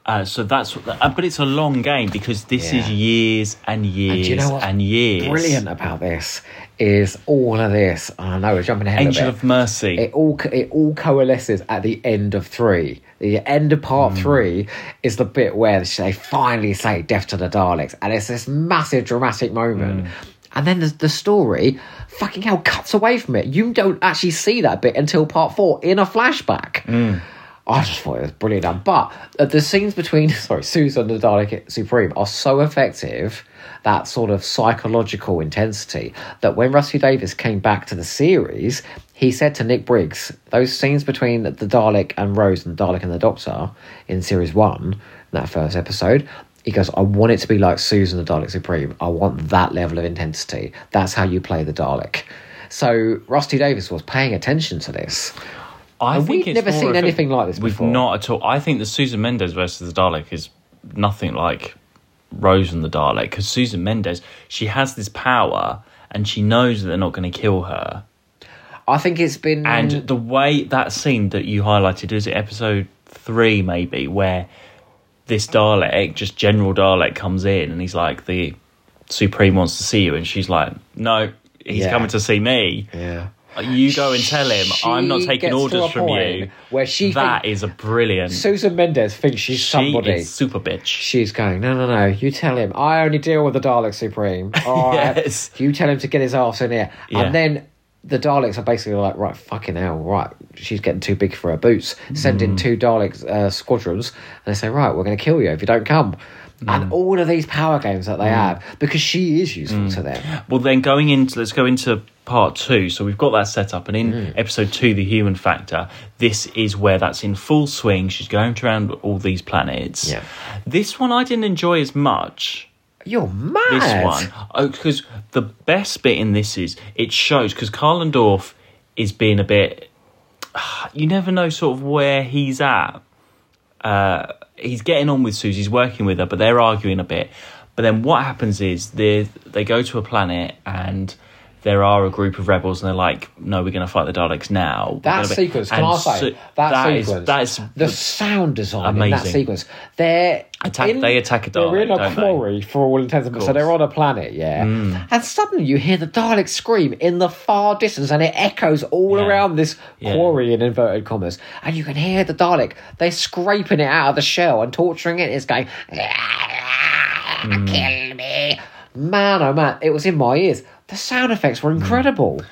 [SPEAKER 1] Uh, so that's, what- uh, but it's a long game because this
[SPEAKER 2] Yeah.
[SPEAKER 1] is years and years and,
[SPEAKER 2] And do you know what's
[SPEAKER 1] years.
[SPEAKER 2] Brilliant about this is all of this. and I know we're jumping ahead
[SPEAKER 1] Angel
[SPEAKER 2] a bit.
[SPEAKER 1] of Mercy.
[SPEAKER 2] it all co- it all coalesces at the end of three. The end of part
[SPEAKER 1] Hmm.
[SPEAKER 2] three is the bit where they finally say "death to the Daleks," and it's this massive dramatic moment.
[SPEAKER 1] Hmm.
[SPEAKER 2] And then the, the story, fucking hell, cuts away from it. You don't actually see that bit until part four in a flashback.
[SPEAKER 1] Hmm.
[SPEAKER 2] I just thought it was brilliant. But uh, the scenes between [laughs] sorry Susan and the Dalek Supreme are so effective that sort of psychological intensity that when Rusty Davis came back to the series, he said to Nick Briggs, "Those scenes between the Dalek and Rose and the Dalek and the Doctor in series one, that first episode." He goes, I want it to be like Susan the Dalek Supreme. I want that level of intensity. That's how you play the Dalek. So Rusty Davis was paying attention to this.
[SPEAKER 1] I
[SPEAKER 2] And we've
[SPEAKER 1] think it's
[SPEAKER 2] never
[SPEAKER 1] more
[SPEAKER 2] seen
[SPEAKER 1] of a-
[SPEAKER 2] anything like this
[SPEAKER 1] We've
[SPEAKER 2] before.
[SPEAKER 1] not at all. I think the Susan Mendes versus the Dalek is nothing like Rose and the Dalek because Susan Mendes she has this power and she knows that they're not going to kill her.
[SPEAKER 2] I think it's been
[SPEAKER 1] And the way that scene that you highlighted is it episode three maybe where this Dalek, just General Dalek, comes in and he's like, "The Supreme wants to see you," and she's like, "No, he's
[SPEAKER 2] Yeah.
[SPEAKER 1] coming to see me."
[SPEAKER 2] yeah.
[SPEAKER 1] You go and tell him I'm not
[SPEAKER 2] She
[SPEAKER 1] taking
[SPEAKER 2] gets to
[SPEAKER 1] orders
[SPEAKER 2] a
[SPEAKER 1] from you.
[SPEAKER 2] point where she
[SPEAKER 1] that
[SPEAKER 2] think-
[SPEAKER 1] is a brilliant.
[SPEAKER 2] Susan Mendes thinks she's
[SPEAKER 1] she
[SPEAKER 2] somebody.
[SPEAKER 1] is super bitch.
[SPEAKER 2] She's going, no, no, no, you tell him. I only deal with the
[SPEAKER 1] [laughs]
[SPEAKER 2] Dalek Supreme. All right.
[SPEAKER 1] Yes.
[SPEAKER 2] You tell him to get his ass in here.
[SPEAKER 1] Yeah.
[SPEAKER 2] And then the Daleks are basically like, right, fucking hell, right. She's getting too big for her boots. Send
[SPEAKER 1] Mm.
[SPEAKER 2] in two Dalek uh, squadrons. And they say, right, we're going to kill you if you don't come.
[SPEAKER 1] Mm.
[SPEAKER 2] And all of these power games that they have, because she is useful
[SPEAKER 1] Mm.
[SPEAKER 2] to them.
[SPEAKER 1] Well, then going into let's go into part two. So we've got that set up, and in episode two, the human factor. This is where that's in full swing. She's going around all these planets.
[SPEAKER 2] Yeah.
[SPEAKER 1] This one I didn't enjoy as much.
[SPEAKER 2] You're mad.
[SPEAKER 1] this one because the best bit in this is it shows because Karlendorf is being a bit. [sighs] You never know sort of where he's at. Uh, he's getting on with Susie. He's working with her, but they're arguing a bit. But then what happens is they they go to a planet and. There are a group of rebels, and they're like, "No, we're going to fight the Daleks now." We're
[SPEAKER 2] That
[SPEAKER 1] gonna be-
[SPEAKER 2] sequence, can
[SPEAKER 1] and
[SPEAKER 2] I say?
[SPEAKER 1] so-
[SPEAKER 2] that,
[SPEAKER 1] is-
[SPEAKER 2] sequence.
[SPEAKER 1] that is
[SPEAKER 2] the sound design in that
[SPEAKER 1] amazing.
[SPEAKER 2] sequence. They're
[SPEAKER 1] Attack- they attack a
[SPEAKER 2] They're in
[SPEAKER 1] Dalek,
[SPEAKER 2] a
[SPEAKER 1] don't they? Mm.
[SPEAKER 2] quarry for all intents and purposes. So they're on a planet, yeah. And suddenly you hear the Dalek scream in the far distance, and it echoes all
[SPEAKER 1] Yeah.
[SPEAKER 2] around this
[SPEAKER 1] Yeah.
[SPEAKER 2] quarry in inverted commas. And you can hear the Dalek. They're scraping it out of the shell and torturing it. It's going,
[SPEAKER 1] Mm.
[SPEAKER 2] kill me, man. Oh man, it was in my ears. The sound effects were incredible.
[SPEAKER 1] Mm.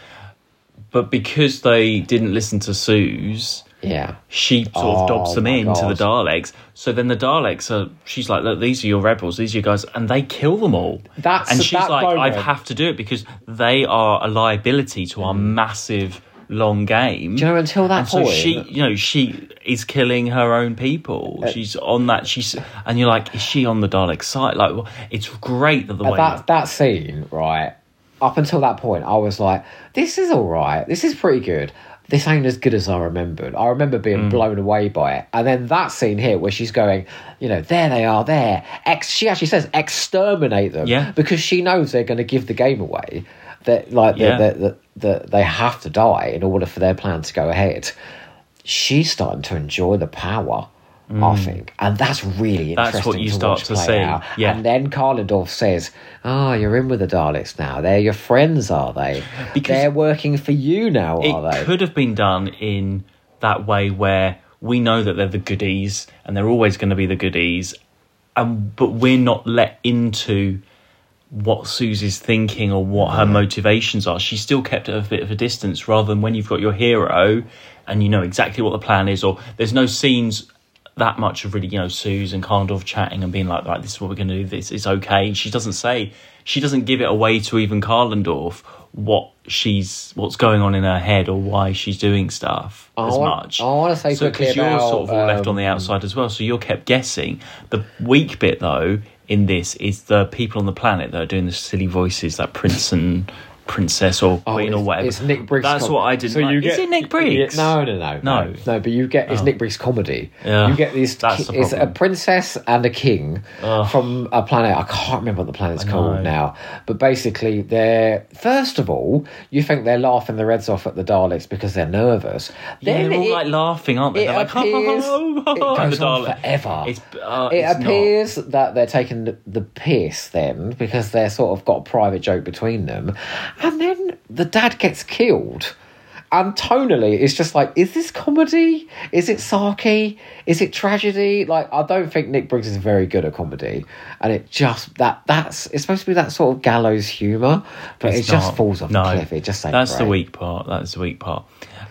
[SPEAKER 1] but because they didn't listen to Sue's,
[SPEAKER 2] Yeah.
[SPEAKER 1] she sort of
[SPEAKER 2] Oh,
[SPEAKER 1] dobs them
[SPEAKER 2] my
[SPEAKER 1] in to the
[SPEAKER 2] God.
[SPEAKER 1] Daleks. So then the Daleks are, she's like, look, these are your rebels, these are your guys, and they kill them all.
[SPEAKER 2] That's-
[SPEAKER 1] and she's
[SPEAKER 2] that
[SPEAKER 1] like, I
[SPEAKER 2] moment-
[SPEAKER 1] have to do it because they are a liability to our massive long game.
[SPEAKER 2] Mm. Do you know, until that
[SPEAKER 1] and so
[SPEAKER 2] point- Uh,
[SPEAKER 1] she, you know, she is killing her own people. she's on that. She's and you're like, is she on the Dalek side? Like, well, it's great that the way
[SPEAKER 2] that that scene, right? Up until that point, I was like, "This is all right. This is pretty good. This ain't as good as I remembered." I remember
[SPEAKER 1] Mm.
[SPEAKER 2] being blown away by it. And then that scene here, where she's going, you know, there they are, there. Ex- she actually says, "Exterminate them,"
[SPEAKER 1] Yeah.
[SPEAKER 2] because she knows they're going to give the game away. That like
[SPEAKER 1] Yeah.
[SPEAKER 2] that that that that they have to die in order for their plan to go ahead. She's starting to enjoy the power. I think, and that's really interesting.
[SPEAKER 1] Mm. That's what you
[SPEAKER 2] to
[SPEAKER 1] start
[SPEAKER 2] watch
[SPEAKER 1] to
[SPEAKER 2] play
[SPEAKER 1] see,
[SPEAKER 2] out.
[SPEAKER 1] yeah.
[SPEAKER 2] And then Karlendorf says, "Oh, you're in with the Daleks now. They're your friends, are they?
[SPEAKER 1] Because-
[SPEAKER 2] They're working for you now, are they?"
[SPEAKER 1] it could have been done in that way where we know that they're the goodies and they're always going to be the goodies and but we're not let into what Susie's thinking or what her motivations are. She still kept at a bit of a distance rather than when you've got your hero and you know exactly what the plan is or there's no scenes that much of really, you know, Suze and Karndorf chatting and being like, right, this is what we're gonna do, this is okay. She doesn't say she doesn't give it away to even Karlendorf what she's what's going on in her head or why she's doing stuff
[SPEAKER 2] I
[SPEAKER 1] as
[SPEAKER 2] want-
[SPEAKER 1] much.
[SPEAKER 2] I wanna say
[SPEAKER 1] so
[SPEAKER 2] quickly
[SPEAKER 1] because you're
[SPEAKER 2] about, uh,
[SPEAKER 1] sort of all left on the outside as well, so you're kept guessing. The weak bit though in this is the people on the planet that are doing the silly voices, that prince and princess or queen
[SPEAKER 2] Oh, it's,
[SPEAKER 1] or whatever.
[SPEAKER 2] It's Nick Briggs.
[SPEAKER 1] That's
[SPEAKER 2] com-
[SPEAKER 1] what I didn't.
[SPEAKER 2] So
[SPEAKER 1] like.
[SPEAKER 2] you
[SPEAKER 1] is
[SPEAKER 2] get-
[SPEAKER 1] it Nick Briggs?
[SPEAKER 2] Yeah, no, no, no,
[SPEAKER 1] No.
[SPEAKER 2] no, no. But you get it's Nick Briggs comedy.
[SPEAKER 1] Yeah,
[SPEAKER 2] you get these.
[SPEAKER 1] that's
[SPEAKER 2] ki-
[SPEAKER 1] the
[SPEAKER 2] it's a
[SPEAKER 1] problem.
[SPEAKER 2] princess and a king from a planet. I can't remember what the planet's called now. But basically, they're first of all, you think they're laughing their heads off at the Daleks because they're nervous.
[SPEAKER 1] Yeah,
[SPEAKER 2] Then
[SPEAKER 1] they're all
[SPEAKER 2] it-
[SPEAKER 1] like laughing, aren't they?
[SPEAKER 2] it
[SPEAKER 1] They're like,
[SPEAKER 2] appears-
[SPEAKER 1] oh,
[SPEAKER 2] it goes
[SPEAKER 1] the
[SPEAKER 2] on
[SPEAKER 1] Dalek-
[SPEAKER 2] forever.
[SPEAKER 1] It's, uh,
[SPEAKER 2] it
[SPEAKER 1] it's not.
[SPEAKER 2] appears that they're taking the- the piss then because they're sort of got a private joke between them. And then the dad gets killed. And tonally, it's just like, is this comedy? Is it sarky? Is it tragedy? Like, I don't think Nick Briggs is very good at comedy, and it just that that's it's supposed to be that sort of gallows humor, but
[SPEAKER 1] It's
[SPEAKER 2] it just
[SPEAKER 1] not.
[SPEAKER 2] falls off
[SPEAKER 1] No.
[SPEAKER 2] the cliff. It just ain't
[SPEAKER 1] that's the
[SPEAKER 2] great.
[SPEAKER 1] weak part. That's the weak part.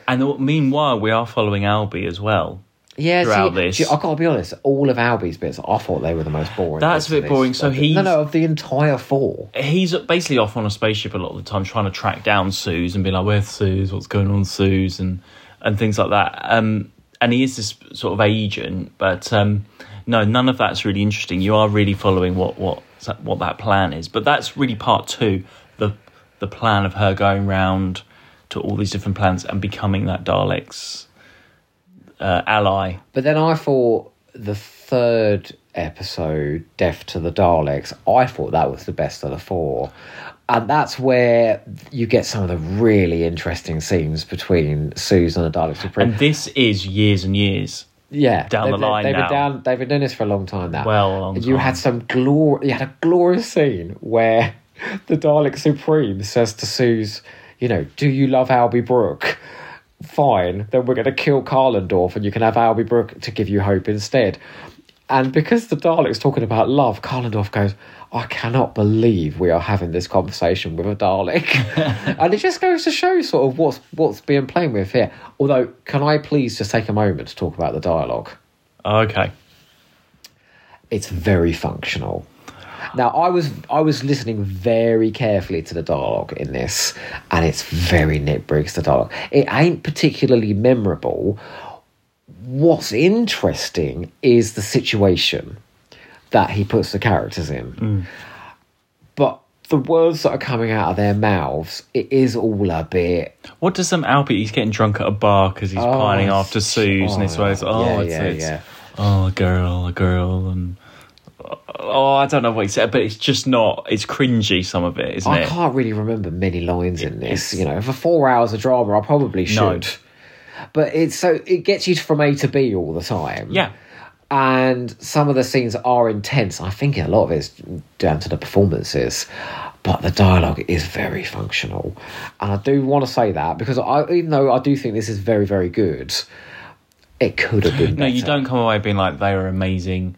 [SPEAKER 1] And the- meanwhile, we are following Albie as well.
[SPEAKER 2] Yeah,
[SPEAKER 1] throughout
[SPEAKER 2] see,
[SPEAKER 1] this.
[SPEAKER 2] see, I've got to be honest. All of Albie's bits, I thought they were the most boring.
[SPEAKER 1] That's
[SPEAKER 2] bits
[SPEAKER 1] a bit
[SPEAKER 2] of this.
[SPEAKER 1] boring, so
[SPEAKER 2] no,
[SPEAKER 1] he's-
[SPEAKER 2] no, of the entire four.
[SPEAKER 1] He's basically off on a spaceship a lot of the time, trying to track down Suze and be like, "Where's Suze? What's going on, Suze?" and and things like that. Um, and he is this sort of agent, but um, no, none of that's really interesting. You are really following what what what that plan is, but that's really part two. The the plan of her going round to all these different plans and becoming that Dalek's uh, ally.
[SPEAKER 2] But then I thought the third episode, Death to the Daleks, I thought that was the best of the four. And that's where you get some of the really interesting scenes between Susan and the Daleks.
[SPEAKER 1] And this is years and years.
[SPEAKER 2] yeah,
[SPEAKER 1] down the
[SPEAKER 2] they've been-
[SPEAKER 1] line
[SPEAKER 2] they've
[SPEAKER 1] now.
[SPEAKER 2] been down. They've been doing this for a long time now.
[SPEAKER 1] Well, a long
[SPEAKER 2] you had some glory. You had a glorious scene where [laughs] the Dalek Supreme says to Suze, "You know, do you love Albie Brook? Fine, then we're going to kill Karlendorf, and you can have Albie Brook to give you hope instead." And because the Dalek's talking about love, Karlendorf goes, I cannot believe we are having this conversation with
[SPEAKER 1] [laughs]
[SPEAKER 2] a Dalek. and it just goes to show sort of what's what's being played with here. Although, can I please just take a moment to talk about the dialogue?
[SPEAKER 1] Okay.
[SPEAKER 2] It's very functional. Now I was I was listening very carefully to the dialogue in this, and it's very Nick Briggs the dialogue. It ain't particularly memorable. What's interesting is the situation that he puts the characters in. But the words that are coming out of their mouths, it is all a bit
[SPEAKER 1] What does some Alpie? He's getting drunk at a bar because he's
[SPEAKER 2] Oh,
[SPEAKER 1] pining after
[SPEAKER 2] it's-
[SPEAKER 1] Suze, and it's
[SPEAKER 2] oh,
[SPEAKER 1] always, oh,
[SPEAKER 2] yeah,
[SPEAKER 1] it's,
[SPEAKER 2] yeah,
[SPEAKER 1] it's
[SPEAKER 2] yeah.
[SPEAKER 1] oh, a girl, a girl, and oh, I don't know what he said, but it's just not. It's cringy. Some of it, isn't
[SPEAKER 2] I
[SPEAKER 1] it?
[SPEAKER 2] can't really remember many lines in this. You know, for four hours of drama, I probably
[SPEAKER 1] No.
[SPEAKER 2] should. But it's so it gets you from A to B all the time.
[SPEAKER 1] Yeah.
[SPEAKER 2] And some of the scenes are intense. I think a lot of it's down to the performances, but the dialogue is very functional. And I do want to say that because I, even though I do think this is very, very good, it could have been.
[SPEAKER 1] No, you
[SPEAKER 2] better.
[SPEAKER 1] don't come away being like they were amazing,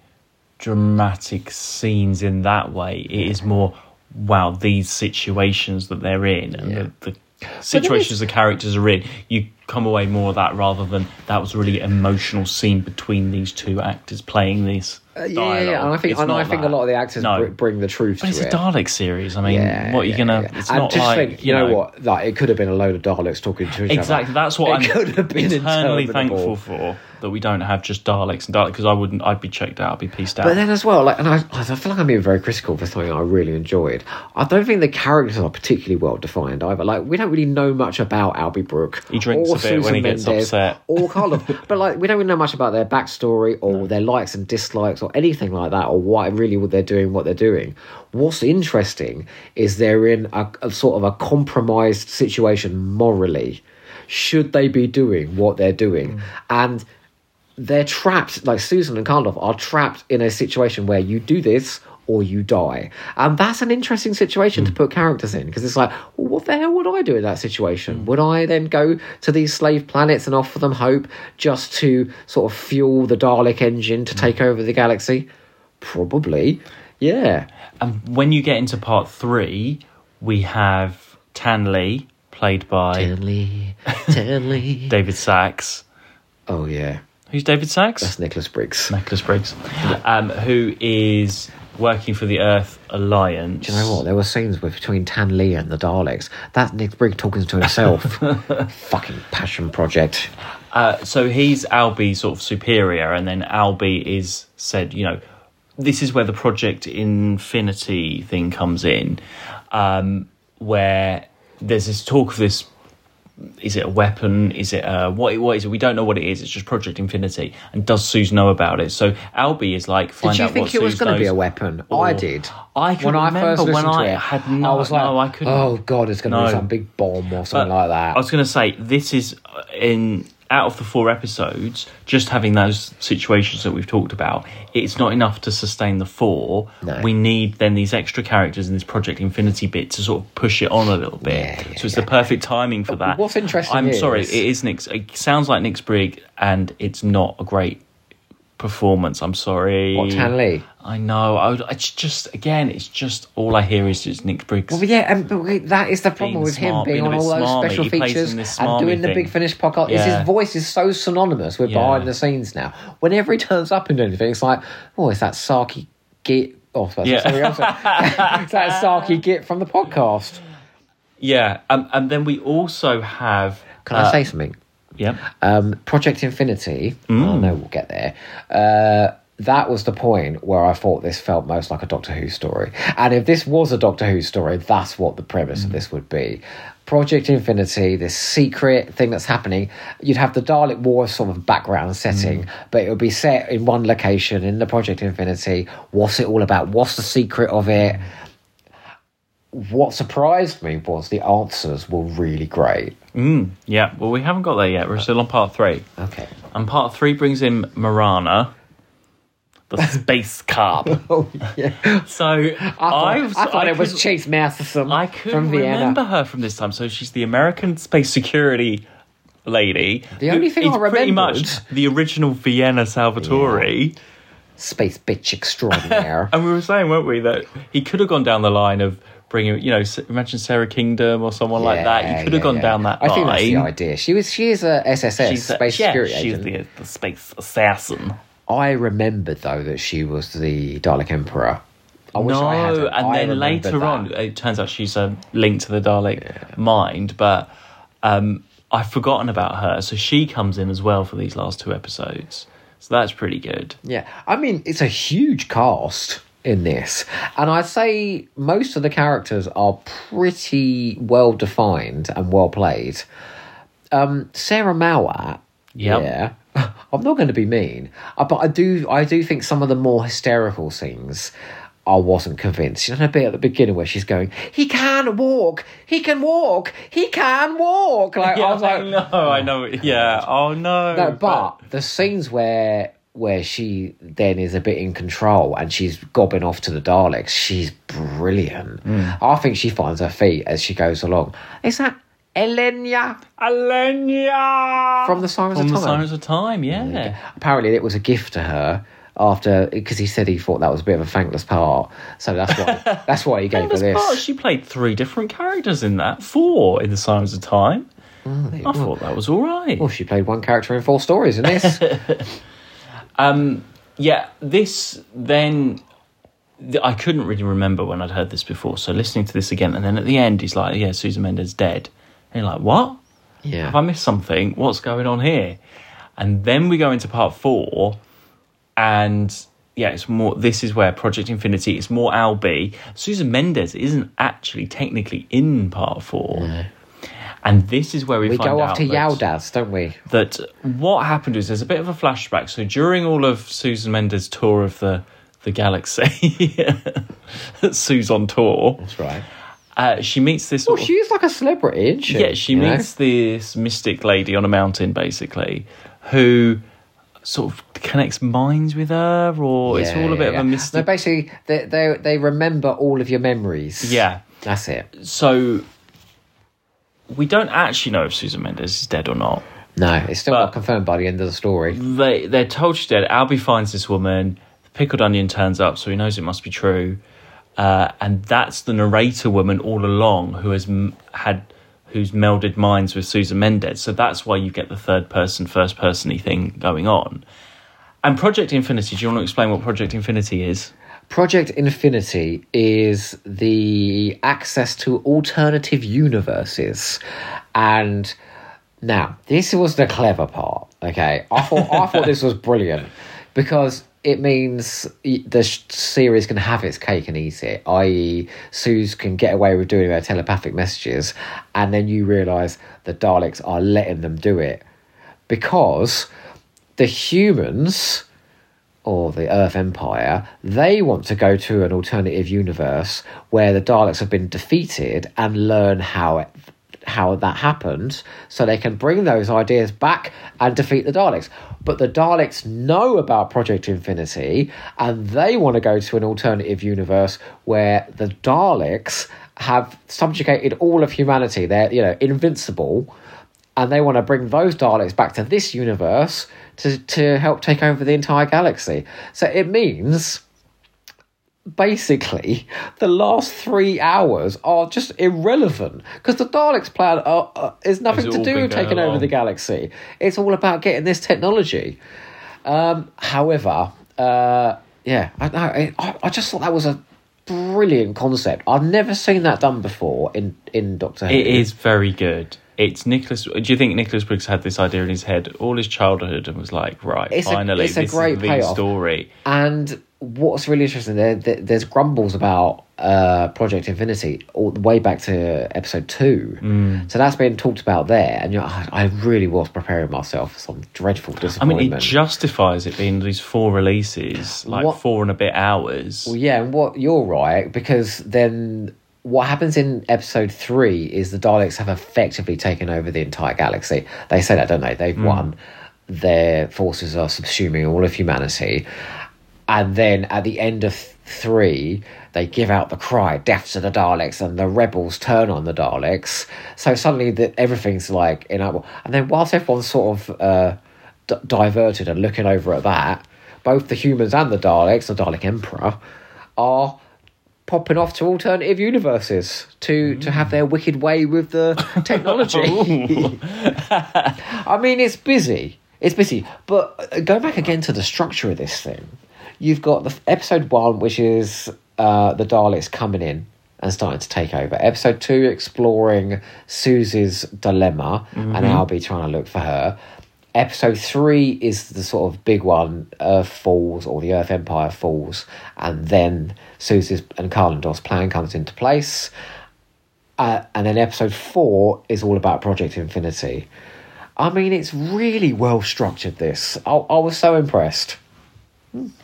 [SPEAKER 1] dramatic scenes in that way. It is more, wow, these situations that they're in and the, the situations the characters are in. You come away more of that rather than that was a really emotional scene between these two actors playing this.
[SPEAKER 2] Uh, Yeah, yeah, and I
[SPEAKER 1] dialogue.
[SPEAKER 2] think
[SPEAKER 1] It's
[SPEAKER 2] and I
[SPEAKER 1] not
[SPEAKER 2] think a
[SPEAKER 1] that.
[SPEAKER 2] lot of the actors
[SPEAKER 1] No.
[SPEAKER 2] br- bring the truth
[SPEAKER 1] But
[SPEAKER 2] to
[SPEAKER 1] it's
[SPEAKER 2] it.
[SPEAKER 1] a Dalek series. I mean, what are you
[SPEAKER 2] yeah,
[SPEAKER 1] gonna?
[SPEAKER 2] yeah.
[SPEAKER 1] It's
[SPEAKER 2] And
[SPEAKER 1] not
[SPEAKER 2] just
[SPEAKER 1] like
[SPEAKER 2] think, you know, what? Like it could have been a load of Daleks talking to each other.
[SPEAKER 1] Exactly. That's what
[SPEAKER 2] It
[SPEAKER 1] I'm
[SPEAKER 2] could have been
[SPEAKER 1] eternally
[SPEAKER 2] interminable.
[SPEAKER 1] thankful for that we don't have just Daleks and Daleks because I wouldn't. I'd be checked out. I'd be pieced out.
[SPEAKER 2] But then as well, like, and I, I feel like I'm being very critical for something I really enjoyed. I don't think the characters are particularly well defined either. Like, we don't really know much about Albie Brook.
[SPEAKER 1] He drinks
[SPEAKER 2] or
[SPEAKER 1] a bit when he gets upset. [laughs]
[SPEAKER 2] Or Carl. but, like, we don't really know much about their backstory or their likes and dislikes or anything like that or why really what they're doing, what they're doing. What's interesting is they're in a, a sort of a compromised situation morally. Should they be doing what they're
[SPEAKER 1] Mm.
[SPEAKER 2] doing? And they're trapped like susan and karloff are trapped in a situation where you do this or you die and that's an interesting situation to put characters in because it's like well, what the hell would i do in that situation would i then go to these slave planets and offer them hope just to sort of fuel the dalek engine to take over the galaxy probably yeah
[SPEAKER 1] And when you get into part three, we have Tan Lee, played by
[SPEAKER 2] Tenley, Tenley.
[SPEAKER 1] David Sachs.
[SPEAKER 2] [laughs] oh yeah
[SPEAKER 1] Who's David Sachs?
[SPEAKER 2] that's nicholas briggs
[SPEAKER 1] Nicholas Briggs, um, who is working for the Earth Alliance.
[SPEAKER 2] Do you know what? Oh, There were scenes with between Tan Lee and the Daleks. That's Nick Brigg talking to himself.
[SPEAKER 1] [laughs]
[SPEAKER 2] Fucking passion project.
[SPEAKER 1] Uh, so he's Albie's sort of superior, and then Albie is said, you know, this is where the Project Infinity thing comes in, um, where there's this talk of this. Is it a weapon? Is it a, what? What is it? We don't know what it is. It's just Project Infinity. And does Suze know about it? So Albie is like, find
[SPEAKER 2] Did you
[SPEAKER 1] out
[SPEAKER 2] think
[SPEAKER 1] what
[SPEAKER 2] it was
[SPEAKER 1] Suze
[SPEAKER 2] going to be
[SPEAKER 1] knows,
[SPEAKER 2] a weapon?
[SPEAKER 1] or-
[SPEAKER 2] I did.
[SPEAKER 1] I can remember when
[SPEAKER 2] listened
[SPEAKER 1] I had no-
[SPEAKER 2] I was like,
[SPEAKER 1] no, I couldn't.
[SPEAKER 2] oh god, it's going to
[SPEAKER 1] No.
[SPEAKER 2] be some big bomb or something
[SPEAKER 1] But
[SPEAKER 2] like that.
[SPEAKER 1] I was going to say this is uh, in out of the four episodes, just having those situations that we've talked about, it's not enough to sustain the four.
[SPEAKER 2] No.
[SPEAKER 1] We need then these extra characters in this Project Infinity bit to sort of push it on a little bit.
[SPEAKER 2] Yeah, yeah,
[SPEAKER 1] so it's the perfect timing for that.
[SPEAKER 2] what's interesting
[SPEAKER 1] I'm sorry, it
[SPEAKER 2] is-
[SPEAKER 1] is Nick's. It sounds like Nick's Brigg, and it's not a great performance. I'm sorry.
[SPEAKER 2] What, Tan Lee?
[SPEAKER 1] I know. I would, it's just again, it's just all I hear is just Nick Briggs.
[SPEAKER 2] Well, yeah, and but we- that is the problem
[SPEAKER 1] Being
[SPEAKER 2] with
[SPEAKER 1] smart,
[SPEAKER 2] him being
[SPEAKER 1] being a
[SPEAKER 2] on
[SPEAKER 1] bit
[SPEAKER 2] all those
[SPEAKER 1] smarmy.
[SPEAKER 2] special
[SPEAKER 1] He plays in
[SPEAKER 2] features
[SPEAKER 1] this
[SPEAKER 2] and
[SPEAKER 1] smarmy
[SPEAKER 2] doing the
[SPEAKER 1] thing.
[SPEAKER 2] Big Finish podcast. Is
[SPEAKER 1] Yeah.
[SPEAKER 2] his voice is so synonymous with
[SPEAKER 1] Yeah.
[SPEAKER 2] behind the scenes now. Whenever he turns up and anything, it's like, oh, it's that Saki git. Oh, that's
[SPEAKER 1] Yeah.
[SPEAKER 2] something
[SPEAKER 1] [laughs]
[SPEAKER 2] else. [laughs] it's that Saki git from the podcast.
[SPEAKER 1] Yeah, um, and then we also have.
[SPEAKER 2] Can
[SPEAKER 1] uh,
[SPEAKER 2] I say something?
[SPEAKER 1] Yeah.
[SPEAKER 2] Um, Project Infinity. I know we'll get there. Uh, that was the point where I thought this felt most like a Doctor Who story. And if this was a Doctor Who story, that's what the premise of this would be. Project Infinity, this secret thing that's happening. You'd have the Dalek War sort of background setting, but it would be set in one location in the Project Infinity. What's it all about? What's the secret of it? What surprised me was the answers were really great.
[SPEAKER 1] Yeah, well, we haven't got there yet. We're still on part three.
[SPEAKER 2] Okay.
[SPEAKER 1] And part three brings in Marana, the
[SPEAKER 2] [laughs]
[SPEAKER 1] space carp.
[SPEAKER 2] Oh yeah.
[SPEAKER 1] So I
[SPEAKER 2] I thought, I
[SPEAKER 1] was-
[SPEAKER 2] thought it was
[SPEAKER 1] couldn't-
[SPEAKER 2] Chase Masterson
[SPEAKER 1] I could
[SPEAKER 2] from Vienna.
[SPEAKER 1] remember her from this time. So she's the American space security lady.
[SPEAKER 2] The
[SPEAKER 1] who
[SPEAKER 2] only thing
[SPEAKER 1] is
[SPEAKER 2] I
[SPEAKER 1] pretty
[SPEAKER 2] remembered-
[SPEAKER 1] much the original Vienna Salvatore.
[SPEAKER 2] Space bitch
[SPEAKER 1] [laughs]
[SPEAKER 2] extraordinaire.
[SPEAKER 1] And we were saying, weren't we, that he could have gone down the line of bringing, you know, s- imagine Sarah Kingdom or someone like that. He
[SPEAKER 2] Yeah,
[SPEAKER 1] could have
[SPEAKER 2] yeah,
[SPEAKER 1] gone
[SPEAKER 2] yeah.
[SPEAKER 1] down that
[SPEAKER 2] I
[SPEAKER 1] line.
[SPEAKER 2] think that's the idea. She was she is a SSS
[SPEAKER 1] She's the-
[SPEAKER 2] space
[SPEAKER 1] yeah,
[SPEAKER 2] security
[SPEAKER 1] she's
[SPEAKER 2] agent.
[SPEAKER 1] the, the space assassin.
[SPEAKER 2] I remembered though that she was the Dalek Emperor. I wish I had
[SPEAKER 1] no,
[SPEAKER 2] it.
[SPEAKER 1] and
[SPEAKER 2] I
[SPEAKER 1] then
[SPEAKER 2] remembered
[SPEAKER 1] later
[SPEAKER 2] that.
[SPEAKER 1] on, it turns out she's a link to the Dalek mind, but um, I've forgotten about her. So she comes in as well for these last two episodes. So that's pretty good.
[SPEAKER 2] Yeah, I mean it's a huge cast in this, and I'd say most of the characters are pretty well defined and well played. Um, Sarah Mowat,
[SPEAKER 1] Yep.
[SPEAKER 2] yeah, [laughs] I'm not going to be mean, uh, but I do, I do think some of the more hysterical scenes. I wasn't convinced. You know, a bit at the beginning where she's going, "He can walk, he can walk, he can walk." Like I was like,
[SPEAKER 1] no, I
[SPEAKER 2] [laughs]
[SPEAKER 1] know. Yeah. Oh no.
[SPEAKER 2] no, but the scenes where where she then is a bit in control and she's gobbing off to the Daleks, she's brilliant.
[SPEAKER 1] Mm.
[SPEAKER 2] I think she finds her feet as she goes along. Is that Elenia
[SPEAKER 1] Alenia
[SPEAKER 2] from the Sirens
[SPEAKER 1] from
[SPEAKER 2] of
[SPEAKER 1] the
[SPEAKER 2] Time?
[SPEAKER 1] Sirens of Time. Yeah.
[SPEAKER 2] Apparently, it was a gift to her after because he said he thought that was a bit of a thankless part. So
[SPEAKER 1] [laughs]
[SPEAKER 2] that's why that's why he gave her
[SPEAKER 1] This
[SPEAKER 2] this.
[SPEAKER 1] part, she played three different characters in that. Four in the Sirens of Time. I thought that was all right.
[SPEAKER 2] Well, she played one character in four stories
[SPEAKER 1] [laughs]
[SPEAKER 2] in this.
[SPEAKER 1] yeah, this then th- I couldn't really remember when I'd heard this before. So listening to this again, and then at the end, he's like, "Yeah, Susan Mendes dead," and you're like, "What?
[SPEAKER 2] yeah.
[SPEAKER 1] Have I missed something? What's going on here?" And then we go into part four, and yeah, it's more. This is where Project Infinity. It's more Albie. Susan Mendes isn't actually technically in part four. And this is where we,
[SPEAKER 2] we
[SPEAKER 1] find
[SPEAKER 2] go
[SPEAKER 1] out
[SPEAKER 2] off to
[SPEAKER 1] that-
[SPEAKER 2] Yaldaz, don't we?
[SPEAKER 1] that what happened is there's a bit of a flashback. So during all of Susan Mendes' tour of the the galaxy, [laughs] Sue's on tour.
[SPEAKER 2] That's right.
[SPEAKER 1] Uh, she meets this.
[SPEAKER 2] Well,
[SPEAKER 1] sort of-
[SPEAKER 2] she's Oh, like a celebrity, isn't she?
[SPEAKER 1] yeah, she
[SPEAKER 2] You know?
[SPEAKER 1] meets this mystic lady on a mountain, basically, who sort of connects minds with her, or it's
[SPEAKER 2] Yeah,
[SPEAKER 1] all a
[SPEAKER 2] yeah,
[SPEAKER 1] bit
[SPEAKER 2] yeah.
[SPEAKER 1] of a
[SPEAKER 2] No,
[SPEAKER 1] mystic.
[SPEAKER 2] basically, they, they they remember all of your memories.
[SPEAKER 1] yeah.
[SPEAKER 2] that's it.
[SPEAKER 1] So we don't actually know if Susan Mendes is dead or not.
[SPEAKER 2] No, it's still
[SPEAKER 1] But-
[SPEAKER 2] not confirmed by the end of the story.
[SPEAKER 1] they they're told she's dead. Albie finds this woman. The pickled onion turns up, so he knows it must be true. Uh, and that's the narrator woman all along who has m- had who's melded minds with Susan Mendez. So that's why you get the third person, first persony thing going on. And Project Infinity. Do you want to explain what Project Infinity is?
[SPEAKER 2] Project Infinity is the access to alternative universes, and now this was the clever part. Okay, I thought I thought this was brilliant because it means y- the sh- series can have its cake and eat it. I.e., Suze can get away with doing her telepathic messages, and then you realise the Daleks are letting them do it because the humans or the Earth Empire, they want to go to an alternative universe where the Daleks have been defeated and learn how it, how that happened, so they can bring those ideas back and defeat the Daleks. But the Daleks know about Project Infinity, and they want to go to an alternative universe where the Daleks have subjugated all of humanity. They're you know invincible and they want to bring those Daleks back to this universe to, to help take over the entire galaxy. So it means basically the last three hours are just irrelevant because the Daleks' plan are, are, is nothing
[SPEAKER 1] Has it
[SPEAKER 2] to
[SPEAKER 1] all
[SPEAKER 2] do
[SPEAKER 1] been
[SPEAKER 2] with taking
[SPEAKER 1] going
[SPEAKER 2] over the
[SPEAKER 1] along?
[SPEAKER 2] galaxy. It's all about getting this technology. Um, however, uh, yeah, I, don't know, I, I- I just thought that was a brilliant concept. I've never seen that done before in in Doctor Who.
[SPEAKER 1] It is very good. It's Nicholas. Do you think Nicholas Briggs had this idea in his head all his childhood and was like, right,
[SPEAKER 2] It's a-
[SPEAKER 1] finally,
[SPEAKER 2] it's a
[SPEAKER 1] this
[SPEAKER 2] great
[SPEAKER 1] is the
[SPEAKER 2] payoff.
[SPEAKER 1] story.
[SPEAKER 2] And what's really interesting, there, there there's grumbles about uh, Project Infinity all the way back to episode two.
[SPEAKER 1] Mm.
[SPEAKER 2] So that's been talked about there, and you're, I, I really was preparing myself for some dreadful
[SPEAKER 1] I mean,
[SPEAKER 2] disappointment.
[SPEAKER 1] it justifies it being these four releases, like
[SPEAKER 2] What-
[SPEAKER 1] four and a bit hours.
[SPEAKER 2] Well, yeah, and what you're right because then what happens in episode three is the Daleks have effectively taken over the entire galaxy. They say that, don't they? They've won. Their forces are subsuming all of humanity, and then at the end of three, they give out the cry, "Death to the Daleks!" and the rebels turn on the Daleks. So suddenly, the, everything's like in uproar. And then, whilst everyone's sort of uh, d- diverted and looking over at that, both the humans and the Daleks, the Dalek Emperor, are popping off to alternative universes to to have their wicked way with the technology. I mean, it's busy. It's busy. But uh, go back again to the structure of this thing. You've got the f- episode one, which is uh, the Daleks coming in and starting to take over. Episode two, exploring Susie's dilemma and Albie trying to look for her. Episode three is the sort of big one: Earth falls or the Earth Empire falls, and then Susie's and Carlandos' plan comes into place. Uh, and then episode four is all about Project Infinity. I mean, it's really well structured. This, I, I was so impressed.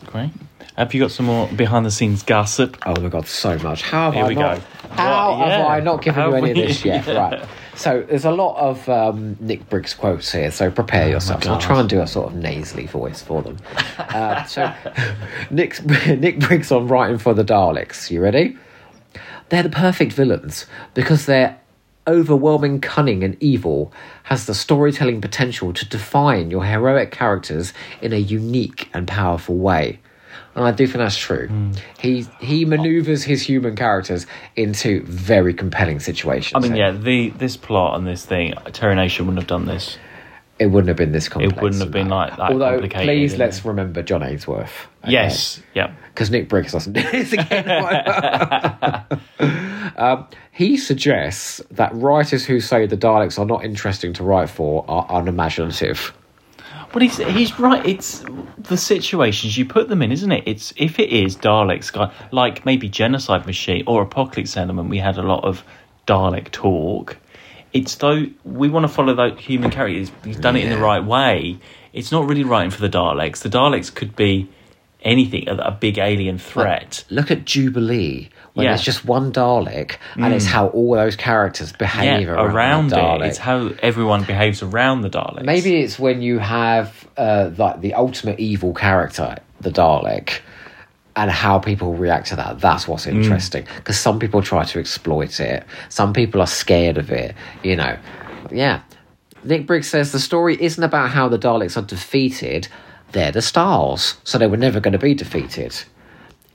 [SPEAKER 1] Great. Have you got some more behind the scenes gossip?
[SPEAKER 2] Oh my god, so much. How have
[SPEAKER 1] Here
[SPEAKER 2] I
[SPEAKER 1] we
[SPEAKER 2] not?
[SPEAKER 1] go.
[SPEAKER 2] How
[SPEAKER 1] What?
[SPEAKER 2] have
[SPEAKER 1] Yeah.
[SPEAKER 2] I not given you
[SPEAKER 1] Have
[SPEAKER 2] any of
[SPEAKER 1] we? [laughs]
[SPEAKER 2] this yet? Right. So there's a lot of um, Nick Briggs quotes here. So
[SPEAKER 1] Oh
[SPEAKER 2] prepare yourselves. I'll
[SPEAKER 1] God.
[SPEAKER 2] try and do a sort of nasally voice for
[SPEAKER 1] [laughs]
[SPEAKER 2] them. Uh, so [laughs] Nick's, [laughs] Nick Briggs on writing for the Daleks. You ready? They're the perfect villains because their overwhelming cunning and evil has the storytelling potential to define your heroic characters in a unique and powerful way. And I do think that's true.
[SPEAKER 1] Hmm.
[SPEAKER 2] He he maneuvers his human characters into very compelling situations.
[SPEAKER 1] I mean, yeah, the this plot and this thing, Terry Nation wouldn't have done this.
[SPEAKER 2] it wouldn't have been this complex.
[SPEAKER 1] wouldn't have
[SPEAKER 2] and
[SPEAKER 1] been like that
[SPEAKER 2] Although,
[SPEAKER 1] complicated,
[SPEAKER 2] please
[SPEAKER 1] yeah.
[SPEAKER 2] let's remember John Ainsworth. okay?
[SPEAKER 1] Yes. Yep.
[SPEAKER 2] because Nick Briggs
[SPEAKER 1] [laughs]
[SPEAKER 2] doesn't do this again. um, [laughs] he suggests that writers who say the Daleks are not interesting to write for are unimaginative.
[SPEAKER 1] But he's he's right. It's the situations you put them in, isn't it? It's if it is Dalek sky, like maybe genocide machine or apocalypse element. We had a lot of Dalek talk. It's though we want to follow that human characters. He's done it in the right way. It's not really writing for the Daleks. The Daleks could be anything, a, a big alien threat.
[SPEAKER 2] Look at Jubilee. When
[SPEAKER 1] Yeah. Mm.
[SPEAKER 2] there's just one Dalek, and it's how all those characters behave
[SPEAKER 1] yeah,
[SPEAKER 2] around,
[SPEAKER 1] around
[SPEAKER 2] the Dalek.
[SPEAKER 1] it. It's how everyone behaves around the Daleks.
[SPEAKER 2] Maybe it's when you have uh, like the ultimate evil character, the Dalek, and how people react to that. That's what's interesting because some people try to exploit it. Some people are scared of it. You know, yeah. Nick Briggs says the story isn't about how the Daleks are defeated. They're the stars, so they were never going to be defeated.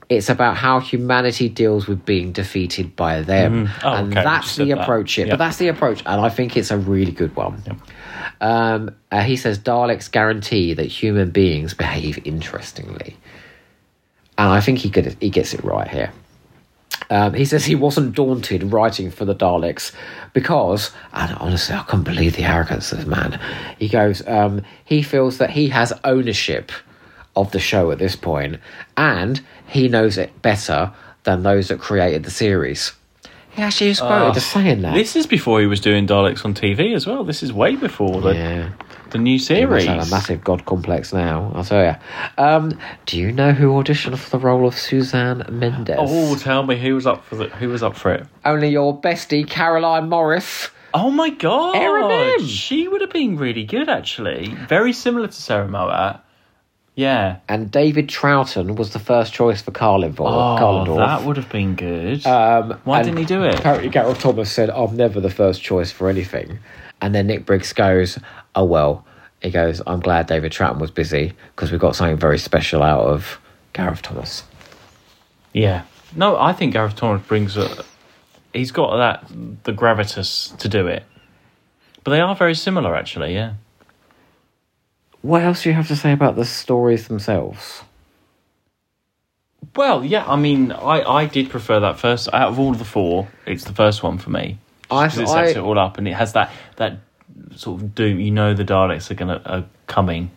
[SPEAKER 2] It's about how humanity deals with being defeated by them,
[SPEAKER 1] Oh,
[SPEAKER 2] and
[SPEAKER 1] okay, you
[SPEAKER 2] that's
[SPEAKER 1] said
[SPEAKER 2] the
[SPEAKER 1] that.
[SPEAKER 2] approach here.
[SPEAKER 1] Yeah.
[SPEAKER 2] But that's the approach, and I think it's a really good one. Um, uh, he says Daleks guarantee that human beings behave interestingly, and I think he could, he gets it right here. Um, he says he wasn't daunted writing for the Daleks because, and honestly, I can't believe the arrogance of this man. He goes, um, he feels that he has ownership of the show at this point, and he knows it better than those that created the series. He actually is quoted as saying that.
[SPEAKER 1] Ah, This is before he was doing Daleks on TV as well. This is way before the,
[SPEAKER 2] yeah.
[SPEAKER 1] the new
[SPEAKER 2] Must
[SPEAKER 1] series.
[SPEAKER 2] have a massive god complex now, I'll tell you. Um, do you know who auditioned for the role of Suzanne Mendes?
[SPEAKER 1] Oh, tell me who was up for the, who was up for it?
[SPEAKER 2] Only your bestie, Caroline Morris.
[SPEAKER 1] Oh my god,
[SPEAKER 2] Erin M.
[SPEAKER 1] she would have been really good actually. Very similar to Sarah Moat. Yeah.
[SPEAKER 2] And David Troughton was the first choice for Carlin
[SPEAKER 1] Oh, that
[SPEAKER 2] Carlindorf.
[SPEAKER 1] would have been good. Um, Why
[SPEAKER 2] and-
[SPEAKER 1] didn't he do it?
[SPEAKER 2] Apparently, Gareth Thomas said, I'm never the first choice for anything. And then Nick Briggs goes, Oh, well. He goes, I'm glad David Troughton was busy because we got something very special out of Gareth Thomas.
[SPEAKER 1] Yeah. No, I think Gareth Thomas brings a. He's got that the gravitas to do it. But they are very similar actually. Yeah.
[SPEAKER 2] What else do you have to say about the stories themselves?
[SPEAKER 1] Well, yeah. I mean, I I did prefer that first out of all the four. It's the first one for me.
[SPEAKER 2] I,
[SPEAKER 1] because it sets it
[SPEAKER 2] I-
[SPEAKER 1] all up, and it has that that sort of doom. You know, the Daleks are gonna are coming.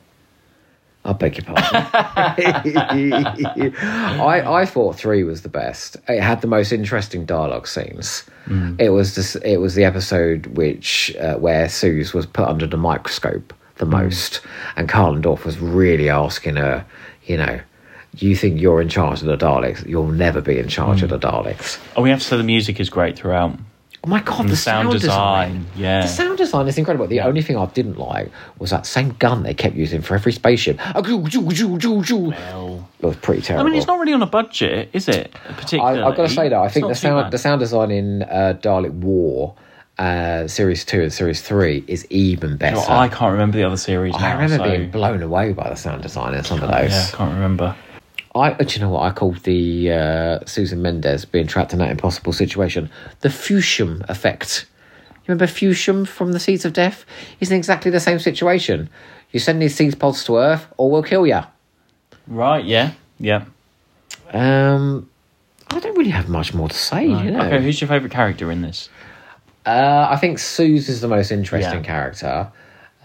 [SPEAKER 2] I beg your pardon. I, I thought three was the best. It had the most interesting dialogue scenes. It was just, it was the episode which uh, where Suze was put under the microscope the most, and Karlendorf was really asking her, you know, you think you're in charge of the Daleks? You'll never be in charge of the Daleks.
[SPEAKER 1] And we have to say the music is great throughout.
[SPEAKER 2] Oh my god,
[SPEAKER 1] And
[SPEAKER 2] the, sound, design.
[SPEAKER 1] yeah.
[SPEAKER 2] The sound design is incredible. The only thing I didn't like was that same gun they kept using for every spaceship. Ah, Well, it was pretty
[SPEAKER 1] I
[SPEAKER 2] terrible.
[SPEAKER 1] mean, it's not really on a budget, is it?
[SPEAKER 2] I,
[SPEAKER 1] Particularly,
[SPEAKER 2] have got to say that I
[SPEAKER 1] It's
[SPEAKER 2] think
[SPEAKER 1] not
[SPEAKER 2] the
[SPEAKER 1] too
[SPEAKER 2] sound
[SPEAKER 1] bad.
[SPEAKER 2] the sound design in uh, Dalek War uh, series two and series three is even better.
[SPEAKER 1] Well, I can't remember the other series.
[SPEAKER 2] I
[SPEAKER 1] now,
[SPEAKER 2] remember
[SPEAKER 1] so-
[SPEAKER 2] being blown away by the sound design in some of those.
[SPEAKER 1] Yeah, I can't remember.
[SPEAKER 2] I, uh, do you know what I called the uh, Susan Mendez being trapped in that impossible situation? The Fuchsium effect. You remember Fuchsium from the Seeds of Death? He's in exactly the same situation. You send these seeds pods to Earth, or we'll kill you.
[SPEAKER 1] Right? Yeah. Yeah.
[SPEAKER 2] Um, I don't really have much more to say. You know,
[SPEAKER 1] Okay. Who's your favourite character in this?
[SPEAKER 2] uh, I think Suze is the most interesting
[SPEAKER 1] Yeah.
[SPEAKER 2] character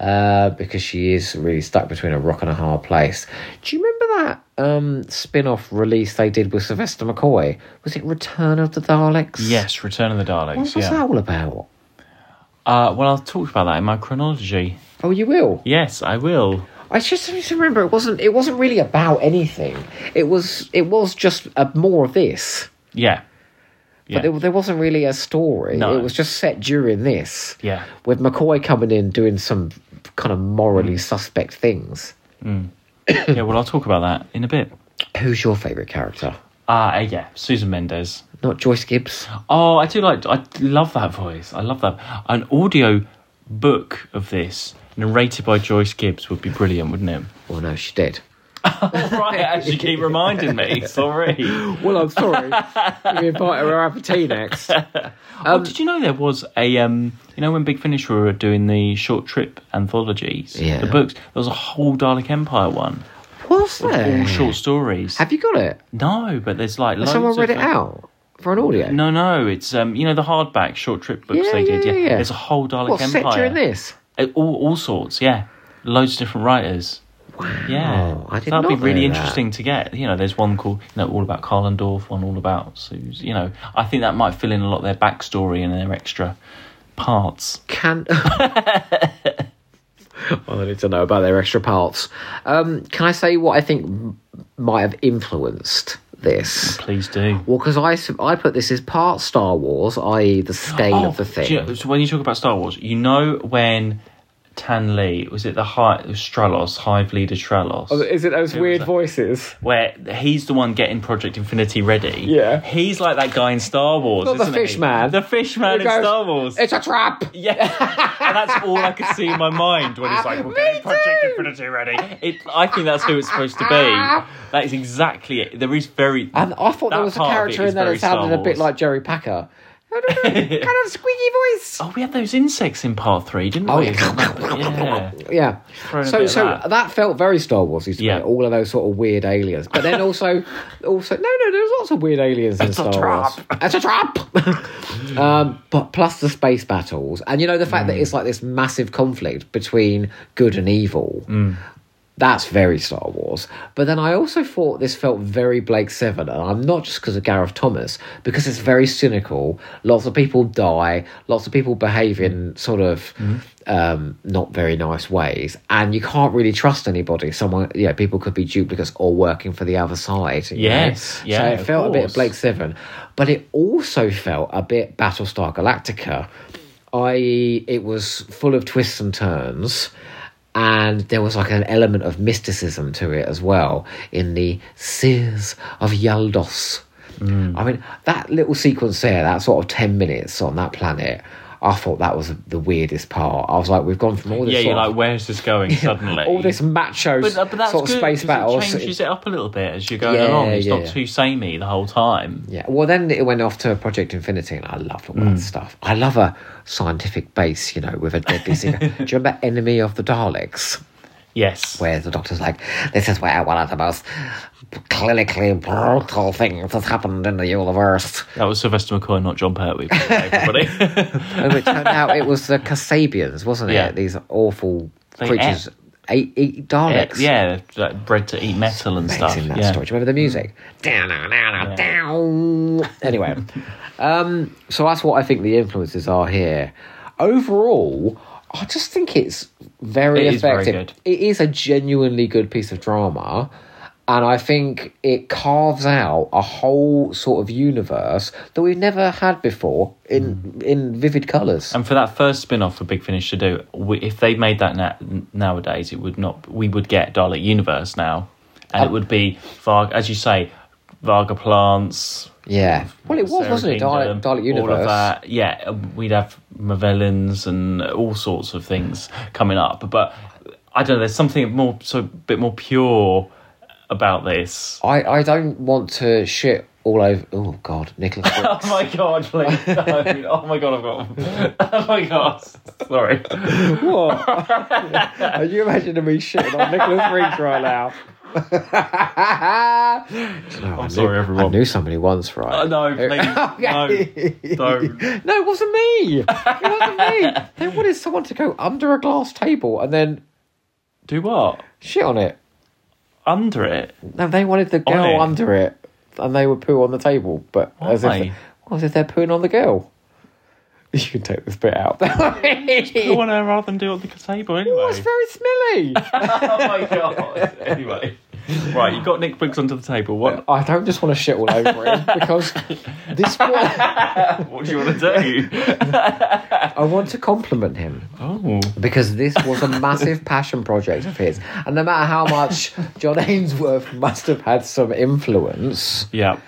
[SPEAKER 2] uh, because she is really stuck between a rock and a hard place. Do you remember that um, spin-off release they did with Sylvester McCoy? Was it Return of the Daleks?
[SPEAKER 1] Yes, Return of the Daleks.
[SPEAKER 2] What's
[SPEAKER 1] yeah.
[SPEAKER 2] that all about?
[SPEAKER 1] Uh, well, I'll talk about that in my chronology.
[SPEAKER 2] Oh, you will.
[SPEAKER 1] Yes, I will.
[SPEAKER 2] I just need to remember it wasn't. It wasn't really about anything. It was. It was just a, more of this.
[SPEAKER 1] Yeah. Yeah.
[SPEAKER 2] But there, there wasn't really a story.
[SPEAKER 1] No.
[SPEAKER 2] It was just set during this.
[SPEAKER 1] Yeah.
[SPEAKER 2] With McCoy coming in doing some kind of morally
[SPEAKER 1] Mm.
[SPEAKER 2] suspect things.
[SPEAKER 1] yeah. Well, I'll talk about that in a bit.
[SPEAKER 2] Who's your favourite character?
[SPEAKER 1] Ah, uh, yeah, Susan Mendes.
[SPEAKER 2] Not Joyce Gibbs.
[SPEAKER 1] Oh, I do like. I love that voice. I love that. An audio book of this, narrated by Joyce Gibbs, would be brilliant, wouldn't it?
[SPEAKER 2] Well, Oh, no, she did.
[SPEAKER 1] right, as you keep reminding [laughs] me. Sorry.
[SPEAKER 2] Well, I'm [laughs] sorry. you invite her out for tea next. Um,
[SPEAKER 1] oh, did you know there was a um? You know when Big Finish were doing the short trip anthologies,
[SPEAKER 2] Yeah.
[SPEAKER 1] the books. There was a whole Dalek Empire one,
[SPEAKER 2] What's
[SPEAKER 1] all
[SPEAKER 2] there?
[SPEAKER 1] short stories.
[SPEAKER 2] Have you got it?
[SPEAKER 1] No, but there's like
[SPEAKER 2] Has
[SPEAKER 1] loads
[SPEAKER 2] someone
[SPEAKER 1] of
[SPEAKER 2] read it
[SPEAKER 1] them.
[SPEAKER 2] out for an audio?
[SPEAKER 1] No, no, it's um, you know the hardback short trip books
[SPEAKER 2] Yeah,
[SPEAKER 1] they did.
[SPEAKER 2] yeah,
[SPEAKER 1] Yeah,
[SPEAKER 2] yeah.
[SPEAKER 1] there's a whole Dalek
[SPEAKER 2] What
[SPEAKER 1] Empire.
[SPEAKER 2] set during this?
[SPEAKER 1] Uh, All, all sorts, yeah. Loads of different writers. Yeah,
[SPEAKER 2] I did
[SPEAKER 1] that'd
[SPEAKER 2] not
[SPEAKER 1] be
[SPEAKER 2] know
[SPEAKER 1] really
[SPEAKER 2] that.
[SPEAKER 1] interesting to get. You know, there's one called you know all about Karlendorf, one all about Suze. You know, I think that might fill in a lot of their backstory and their extra parts.
[SPEAKER 2] Can [laughs] well, I need to know about their extra parts. Um, can I say what I think m- might have influenced this?
[SPEAKER 1] Please do.
[SPEAKER 2] Well, because I, s- I put this as part Star Wars, i.e., the scale of the
[SPEAKER 1] do
[SPEAKER 2] thing.
[SPEAKER 1] you know- Oh, so when you talk about Star Wars, you know when Tan Lee was it the Hi it was Stralos Hive Leader Stralos?
[SPEAKER 2] Is it those weird voices?
[SPEAKER 1] where he's the one getting Project Infinity ready.
[SPEAKER 2] Yeah.
[SPEAKER 1] He's like that guy in Star Wars.
[SPEAKER 2] Not the
[SPEAKER 1] isn't he?
[SPEAKER 2] fish man.
[SPEAKER 1] The fish man
[SPEAKER 2] It
[SPEAKER 1] in
[SPEAKER 2] goes,
[SPEAKER 1] Star Wars.
[SPEAKER 2] It's a trap.
[SPEAKER 1] yeah. [laughs] and that's all I could see in my mind when it's like, we're
[SPEAKER 2] Me
[SPEAKER 1] getting Project
[SPEAKER 2] too!
[SPEAKER 1] Infinity ready. It, I think that's who it's supposed to [laughs] be. That is exactly it. There is very.
[SPEAKER 2] And I thought
[SPEAKER 1] that
[SPEAKER 2] there was a
[SPEAKER 1] part of
[SPEAKER 2] character
[SPEAKER 1] it
[SPEAKER 2] in
[SPEAKER 1] is
[SPEAKER 2] there
[SPEAKER 1] very
[SPEAKER 2] that sounded
[SPEAKER 1] Star
[SPEAKER 2] a bit
[SPEAKER 1] Wars.
[SPEAKER 2] like Jerry Packer.
[SPEAKER 1] [laughs]
[SPEAKER 2] kind of squeaky voice.
[SPEAKER 1] Oh, we had those insects in part three, didn't
[SPEAKER 2] Oh,
[SPEAKER 1] we?
[SPEAKER 2] yeah. [laughs]
[SPEAKER 1] yeah.
[SPEAKER 2] Yeah.
[SPEAKER 1] Thrown a bit
[SPEAKER 2] So
[SPEAKER 1] of
[SPEAKER 2] so that.
[SPEAKER 1] that.
[SPEAKER 2] felt very Star Wars to yeah.
[SPEAKER 1] Yeah.
[SPEAKER 2] me, all of those sort of weird aliens. But then
[SPEAKER 1] [laughs]
[SPEAKER 2] also also no no there's lots of weird aliens in
[SPEAKER 1] It's
[SPEAKER 2] Star
[SPEAKER 1] a trap.
[SPEAKER 2] Wars. It's
[SPEAKER 1] [laughs]
[SPEAKER 2] a trap. um but plus the space battles and you know the fact
[SPEAKER 1] Mm.
[SPEAKER 2] that it's like this massive conflict between good and evil.
[SPEAKER 1] Mm.
[SPEAKER 2] That's very Star Wars. But then I also thought this felt very Blake Seven, and I'm not just because of Gareth Thomas, because it's very cynical. Lots of people die, lots of people behave in sort of um, not very nice ways, and you can't really trust anybody. Someone, yeah, people could be duplicates or working for the other side. you know?
[SPEAKER 1] Yes, yeah,
[SPEAKER 2] So it
[SPEAKER 1] of
[SPEAKER 2] felt a bit
[SPEAKER 1] course.
[SPEAKER 2] Blake Seven, but it also felt a bit Battlestar Galactica, i.e., it was full of twists and turns, and there was like an element of mysticism to it as well in the Seers of Yaldos.
[SPEAKER 1] Mm.
[SPEAKER 2] I mean, that little sequence there, that sort of 10 minutes on that planet. I thought that was the weirdest part. I was like, we've gone from all this,
[SPEAKER 1] Yeah,
[SPEAKER 2] sort
[SPEAKER 1] you're
[SPEAKER 2] of-
[SPEAKER 1] like, where's this
[SPEAKER 2] [laughs]
[SPEAKER 1] going suddenly?
[SPEAKER 2] all this macho
[SPEAKER 1] But, uh, but that's
[SPEAKER 2] sort of
[SPEAKER 1] good,
[SPEAKER 2] space
[SPEAKER 1] 'cause
[SPEAKER 2] battles.
[SPEAKER 1] It changes it up a little bit as you're going
[SPEAKER 2] Yeah,
[SPEAKER 1] along. It's
[SPEAKER 2] yeah,
[SPEAKER 1] not
[SPEAKER 2] yeah.
[SPEAKER 1] too samey the whole time.
[SPEAKER 2] Yeah. Well, then it went off to Project Infinity, and I loved all that stuff. I love [laughs] a scientific base, you know, with a deadly secret. Do you remember Enemy of the Daleks?
[SPEAKER 1] Yes.
[SPEAKER 2] where the doctor's like, this is where one of the most clinically brutal things has happened in the [laughs] universe.
[SPEAKER 1] That was Sylvester McCoy, not John Pertwee, by the way,
[SPEAKER 2] [laughs]
[SPEAKER 1] everybody.
[SPEAKER 2] And Oh, it turned out it was the Kasabians, wasn't
[SPEAKER 1] Yeah.
[SPEAKER 2] it? These awful
[SPEAKER 1] They
[SPEAKER 2] creatures ate, eat
[SPEAKER 1] [laughs]
[SPEAKER 2] Daleks.
[SPEAKER 1] yeah, like bred to eat metal and
[SPEAKER 2] It's
[SPEAKER 1] stuff.
[SPEAKER 2] in that
[SPEAKER 1] Yeah. Mm.
[SPEAKER 2] story. Do you remember the music? Down, down, down, down. Anyway, um, so that's what I think the influences are here. Overall, I just think it's very
[SPEAKER 1] It is very
[SPEAKER 2] effective.
[SPEAKER 1] good.
[SPEAKER 2] It is a genuinely good piece of drama. And I think it carves out a whole sort of universe that we've never had before in
[SPEAKER 1] Mm.
[SPEAKER 2] in vivid colours.
[SPEAKER 1] And for that first spin-off for Big Finish to do, we, if they made that na- nowadays, it would not. We would get Dalek Universe now, and it would be Varg, as you say, Varga plants.
[SPEAKER 2] yeah. Well, it was,
[SPEAKER 1] Sarah
[SPEAKER 2] wasn't it? Dalek,
[SPEAKER 1] Kingdom,
[SPEAKER 2] Dalek Universe.
[SPEAKER 1] All of that. Yeah, um, we'd have Mavellans and all sorts of things coming up. But I don't know. There's something more, so a bit more pure about this.
[SPEAKER 2] I, I don't want to shit all over. Oh, God. Nicholas Briggs.
[SPEAKER 1] Oh my god, please. No. [laughs] Oh my god, I've got. [laughs] Oh my god. Sorry.
[SPEAKER 2] What? Are you imagining me shitting on Nicholas Briggs right [laughs] now?
[SPEAKER 1] I'm sorry,
[SPEAKER 2] I
[SPEAKER 1] everyone.
[SPEAKER 2] knew somebody once, right?
[SPEAKER 1] Oh,
[SPEAKER 2] [laughs]
[SPEAKER 1] no, please. No. Don't.
[SPEAKER 2] No, it wasn't me. It wasn't me. They wanted someone to go under a glass table and then
[SPEAKER 1] Do what?
[SPEAKER 2] shit on it.
[SPEAKER 1] Under
[SPEAKER 2] [laughs]
[SPEAKER 1] it.
[SPEAKER 2] No, they wanted the girl
[SPEAKER 1] On it.
[SPEAKER 2] under it, and they would poo on the table. But as if,
[SPEAKER 1] Why?
[SPEAKER 2] well, as if they're pooing on the girl. [laughs] You can take this bit out. [laughs]
[SPEAKER 1] I
[SPEAKER 2] it
[SPEAKER 1] want to rather than do it on the table anyway. [laughs]
[SPEAKER 2] was very smelly.
[SPEAKER 1] oh my god. Anyway. Right, you got Nick Briggs under the table.
[SPEAKER 2] [laughs]
[SPEAKER 1] What
[SPEAKER 2] I don't just want to shit all over him because this was.
[SPEAKER 1] what do you want to do?
[SPEAKER 2] I want to compliment him
[SPEAKER 1] Oh.
[SPEAKER 2] because this was a massive passion project of his. And no matter how much John Ainsworth must have had some influence,
[SPEAKER 1] Yeah.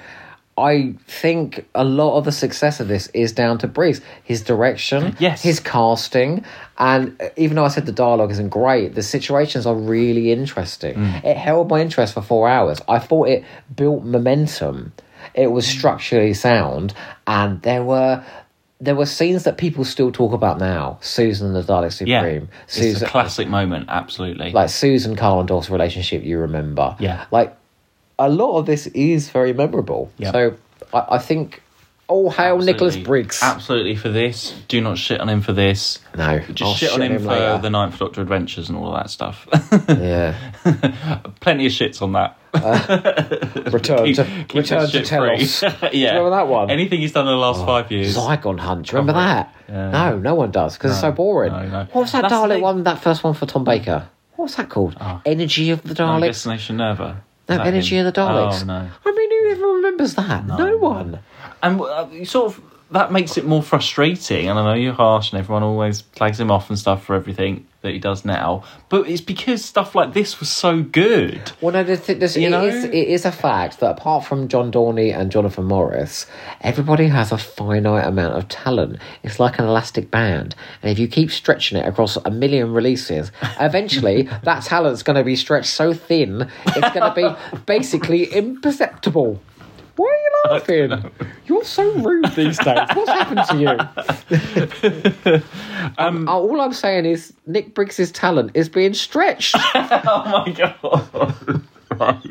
[SPEAKER 2] I think a lot of the success of this is down to Briggs. His direction,
[SPEAKER 1] Mm, Yes.
[SPEAKER 2] his casting, and uh, even though I said the dialogue isn't great, the situations are really interesting.
[SPEAKER 1] Mm.
[SPEAKER 2] It held my interest for four hours. I thought it built momentum. It was structurally sound, and there were there were scenes that people still talk about now. Susan and the Dalek
[SPEAKER 1] Yeah.
[SPEAKER 2] Supreme.
[SPEAKER 1] It's a
[SPEAKER 2] Susan,
[SPEAKER 1] classic moment, absolutely.
[SPEAKER 2] like Susan Carl and Dorf's relationship you remember.
[SPEAKER 1] Yeah.
[SPEAKER 2] Like a lot of this is very memorable.
[SPEAKER 1] Yeah.
[SPEAKER 2] So I, I think all hail Nicholas Briggs.
[SPEAKER 1] Absolutely for this. Do not shit on him for this.
[SPEAKER 2] No, Oh,
[SPEAKER 1] Just
[SPEAKER 2] I'll
[SPEAKER 1] shit on him, for
[SPEAKER 2] later.
[SPEAKER 1] the Ninth Doctor Adventures and all that stuff.
[SPEAKER 2] [laughs]
[SPEAKER 1] [laughs]
[SPEAKER 2] yeah.
[SPEAKER 1] Plenty of shits on that. [laughs]
[SPEAKER 2] Return Oh, to
[SPEAKER 1] Keep
[SPEAKER 2] return
[SPEAKER 1] that
[SPEAKER 2] to
[SPEAKER 1] shit free. [laughs]
[SPEAKER 2] Telos.
[SPEAKER 1] yeah.
[SPEAKER 2] remember that one? Oh,
[SPEAKER 1] Anything he's done in the last five years.
[SPEAKER 2] Zygon Hunt. Do you remember that?
[SPEAKER 1] Yeah.
[SPEAKER 2] No, no one does because it's so boring.
[SPEAKER 1] no, no.
[SPEAKER 2] What was that
[SPEAKER 1] That's the
[SPEAKER 2] Dalek
[SPEAKER 1] thing.
[SPEAKER 2] one? That first one for Tom Baker. What was that called?
[SPEAKER 1] Ah.
[SPEAKER 2] Energy of the
[SPEAKER 1] No,
[SPEAKER 2] Daleks.
[SPEAKER 1] Destination Nerva.
[SPEAKER 2] No,
[SPEAKER 1] Is that
[SPEAKER 2] Energy
[SPEAKER 1] him?
[SPEAKER 2] of the Daleks.
[SPEAKER 1] Oh, no.
[SPEAKER 2] I mean, who even remembers that? No, one.
[SPEAKER 1] And uh, you sort of that makes it more frustrating. And I know you're harsh, and everyone always flags him off and stuff for everything that he does now. But it's because stuff like this was so good. [laughs]
[SPEAKER 2] Well, no, this, this,
[SPEAKER 1] You
[SPEAKER 2] it
[SPEAKER 1] know?
[SPEAKER 2] is- it is a fact that apart from John Dorney and Jonathan Morris, everybody has a finite amount of talent. It's like an elastic band. And if you keep stretching it across a
[SPEAKER 1] [laughs]
[SPEAKER 2] million releases, eventually that talent's going to be stretched so thin, it's going to be basically imperceptible. Why are
[SPEAKER 1] [laughs]
[SPEAKER 2] you laughing? You're so rude these days. What's happened to you?
[SPEAKER 1] [laughs]
[SPEAKER 2] um, all I'm saying is Nick Briggs's talent is being stretched.
[SPEAKER 1] Oh my god. [laughs] Right.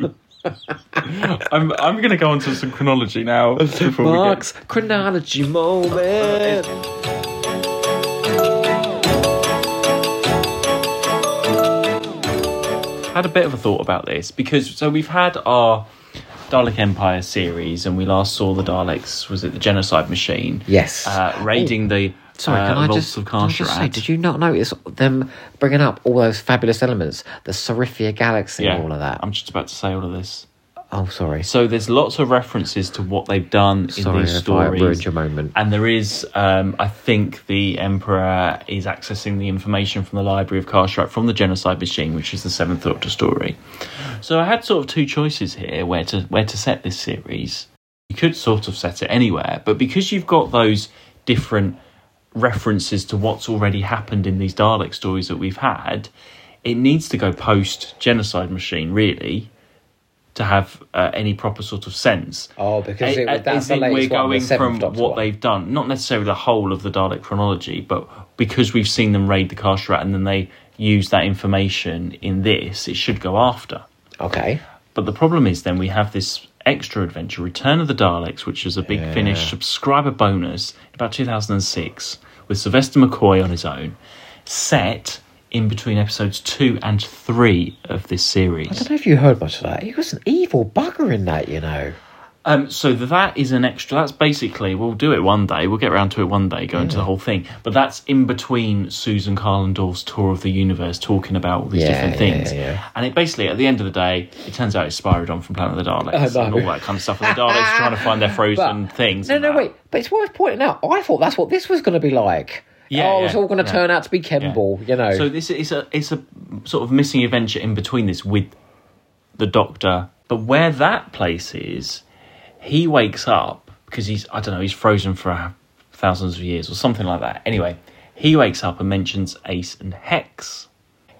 [SPEAKER 1] I'm I'm gonna go on to some chronology now. before we get-
[SPEAKER 2] Mark's chronology moment.
[SPEAKER 1] Uh, had a bit of a thought about this because so we've had our Dalek Empire series, and we last saw the Daleks. Was it the Genocide Machine?
[SPEAKER 2] Yes.
[SPEAKER 1] Uh, raiding the
[SPEAKER 2] Sorry,
[SPEAKER 1] uh,
[SPEAKER 2] can I
[SPEAKER 1] vaults
[SPEAKER 2] just,
[SPEAKER 1] of
[SPEAKER 2] can I just say,
[SPEAKER 1] Carnarvon.
[SPEAKER 2] did you not notice them bringing up all those fabulous elements, the Syrifia galaxy and all of that?
[SPEAKER 1] I'm just about to say all of this.
[SPEAKER 2] oh, sorry.
[SPEAKER 1] So there's lots of references to what they've done in
[SPEAKER 2] Sorry
[SPEAKER 1] these
[SPEAKER 2] if I
[SPEAKER 1] stories.
[SPEAKER 2] ruined your moment.
[SPEAKER 1] And there is, um, I think, the Emperor is accessing the information from the Library of Karshrak from the Genocide Machine, which is the Seventh Doctor story. So I had sort of two choices here where to where to set this series. You could sort of set it anywhere, but because you've got those different references to what's already happened in these Dalek stories that we've had, it needs to go post Genocide Machine, really, to have uh, any proper sort of sense.
[SPEAKER 2] Oh, because it-
[SPEAKER 1] I- I
[SPEAKER 2] that's the
[SPEAKER 1] think
[SPEAKER 2] latest
[SPEAKER 1] we're
[SPEAKER 2] one, the
[SPEAKER 1] going
[SPEAKER 2] Seventh
[SPEAKER 1] from
[SPEAKER 2] Doctor
[SPEAKER 1] what
[SPEAKER 2] one.
[SPEAKER 1] they've done, not necessarily the whole of the Dalek chronology, but because we've seen them raid the Karshrat and then they use that information in this, it should go after.
[SPEAKER 2] Okay.
[SPEAKER 1] But the problem is, then we have this extra adventure, Return of the Daleks, which was a big finish subscriber bonus in about 2006 with Sylvester McCoy on his own, set in between episodes two and three of this
[SPEAKER 2] I don't
[SPEAKER 1] series.
[SPEAKER 2] know if you heard much of that. He was an evil bugger in that, you know.
[SPEAKER 1] Um, so that is an extra. That's basically we'll do it one day. We'll get around to it one day, go into the whole thing. But that's in between Susan Carlandorf's tour of the universe, talking about all these
[SPEAKER 2] Yeah,
[SPEAKER 1] different
[SPEAKER 2] yeah,
[SPEAKER 1] things.
[SPEAKER 2] yeah, yeah.
[SPEAKER 1] And it basically, at the end of the day, it turns out it's Spyrodon from Planet of the Daleks
[SPEAKER 2] [laughs] I know.
[SPEAKER 1] and all that kind of stuff. And the Daleks trying to find
[SPEAKER 2] [laughs]
[SPEAKER 1] their frozen things.
[SPEAKER 2] No,
[SPEAKER 1] and
[SPEAKER 2] no,
[SPEAKER 1] that.
[SPEAKER 2] wait. But it's worth pointing out. I thought that's what this was going to be like.
[SPEAKER 1] Yeah,
[SPEAKER 2] oh, it's
[SPEAKER 1] yeah,
[SPEAKER 2] all going to
[SPEAKER 1] yeah.
[SPEAKER 2] turn out to be Kemble, you know.
[SPEAKER 1] So this is a it's a sort of missing adventure in between this with the Doctor. But where that place is, he wakes up because he's I don't know he's frozen for thousands of years or something like that. Anyway, he wakes up and mentions Ace and Hex.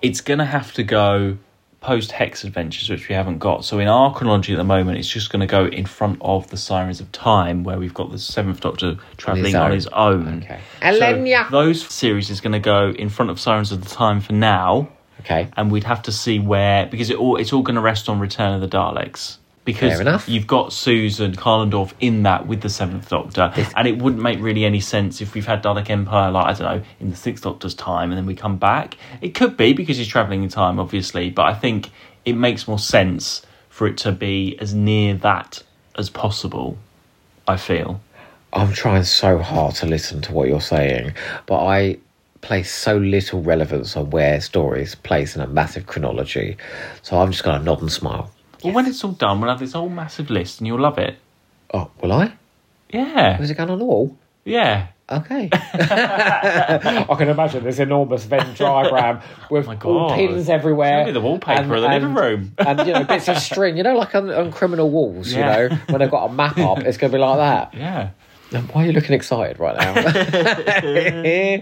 [SPEAKER 1] It's gonna have to go post Hex Adventures, which we haven't got. So in our chronology at the moment, it's just gonna go in front of the Sirens of Time, where we've got the Seventh Doctor traveling on
[SPEAKER 2] own.
[SPEAKER 1] his own.
[SPEAKER 2] Okay. Elenia.
[SPEAKER 1] Those series is going to go in front of Sirens of the Time for now,
[SPEAKER 2] okay.
[SPEAKER 1] and we'd have to see where because it all it's all going to rest on Return of the Daleks. Because
[SPEAKER 2] Fair enough.
[SPEAKER 1] you've got Susan Carlandorf in that with the Seventh Doctor, and it wouldn't make really any sense if we've had Dalek Empire, like, I don't know, in the Sixth Doctor's time, and then we come back. It could be because he's travelling in time, obviously, but I think it makes more sense for it to be as near that as possible, I feel.
[SPEAKER 2] I'm trying so hard to listen to what you're saying, but I place so little relevance on where stories place in a massive chronology. So I'm just going to nod and smile.
[SPEAKER 1] Well, when it's all done, we'll have this whole massive list, and you'll love it.
[SPEAKER 2] Oh, will I?
[SPEAKER 1] Yeah.
[SPEAKER 2] Was it going on the wall?
[SPEAKER 1] Yeah. [laughs]
[SPEAKER 2] Okay. [laughs] I can imagine this enormous Venn diagram with
[SPEAKER 1] Oh my
[SPEAKER 2] all
[SPEAKER 1] God.
[SPEAKER 2] pins everywhere.
[SPEAKER 1] It's gonna be the wallpaper of the living room.
[SPEAKER 2] [laughs] and you know, bits of string. You know, like on, on criminal walls,
[SPEAKER 1] Yeah.
[SPEAKER 2] you know, when they've got a map up, it's going to be like that.
[SPEAKER 1] Yeah.
[SPEAKER 2] And Why are you looking excited right
[SPEAKER 1] [laughs]
[SPEAKER 2] now?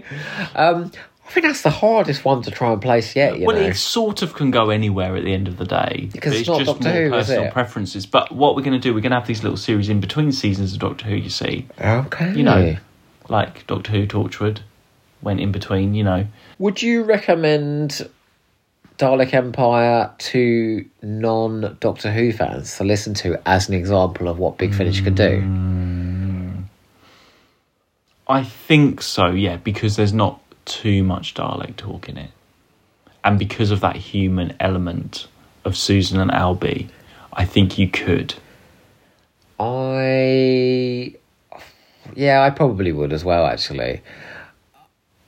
[SPEAKER 2] um, I think that's the hardest one to try and place yet, you
[SPEAKER 1] well,
[SPEAKER 2] know.
[SPEAKER 1] it sort of can go anywhere at the end of the day.
[SPEAKER 2] Because
[SPEAKER 1] but
[SPEAKER 2] it's not Doctor
[SPEAKER 1] more
[SPEAKER 2] Who, is
[SPEAKER 1] personal
[SPEAKER 2] it?
[SPEAKER 1] preferences. But what we're going to do, we're going to have these little series in between seasons of Doctor Who, you see.
[SPEAKER 2] Okay.
[SPEAKER 1] You know, like Doctor Who Torchwood went in between, you know.
[SPEAKER 2] Would you recommend Dalek Empire to non Doctor Who fans to listen to as an example of what Big Finish could do?
[SPEAKER 1] I think so, yeah, because there's not too much Dalek talk in it. And because of that human element of Susan and Albie, I think you could. Mm.
[SPEAKER 2] I. Yeah, I probably would as well, actually.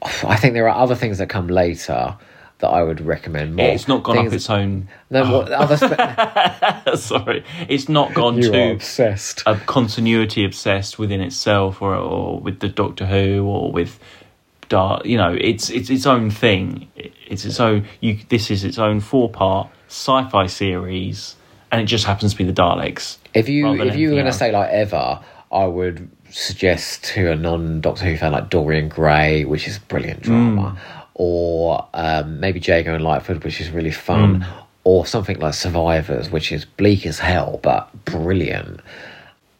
[SPEAKER 2] I think there are other things that come later that I would recommend more.
[SPEAKER 1] It's not gone
[SPEAKER 2] Things-
[SPEAKER 1] up its own. [laughs]
[SPEAKER 2] No, what, other spe-
[SPEAKER 1] Sorry. It's not gone
[SPEAKER 2] you are
[SPEAKER 1] too
[SPEAKER 2] obsessed.
[SPEAKER 1] a continuity obsessed within itself or, or with the Doctor Who or with Dark you know it's it's its own thing It- it's its own you this is its own four part sci-fi series and it just happens to be the Daleks
[SPEAKER 2] If you
[SPEAKER 1] rather than
[SPEAKER 2] if you were
[SPEAKER 1] anything
[SPEAKER 2] going to
[SPEAKER 1] else.
[SPEAKER 2] say like ever, I would suggest to a non Doctor Who fan like Dorian Gray, which is
[SPEAKER 1] Mm.
[SPEAKER 2] brilliant drama, or um, maybe Jago and Lightfoot, which is really fun,
[SPEAKER 1] Mm.
[SPEAKER 2] or something like Survivors, which is bleak as hell but brilliant.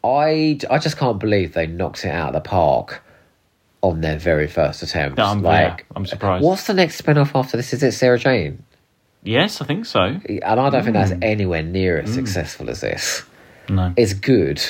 [SPEAKER 2] I I just can't believe they knocked it out of the park on their very first attempt.
[SPEAKER 1] No, I'm- yeah,
[SPEAKER 2] like
[SPEAKER 1] I'm surprised.
[SPEAKER 2] What's the next spin off after this? Is it Sarah Jane?
[SPEAKER 1] yes I think so
[SPEAKER 2] And I don't think
[SPEAKER 1] Mm.
[SPEAKER 2] that's anywhere near as successful as this
[SPEAKER 1] no
[SPEAKER 2] it's good,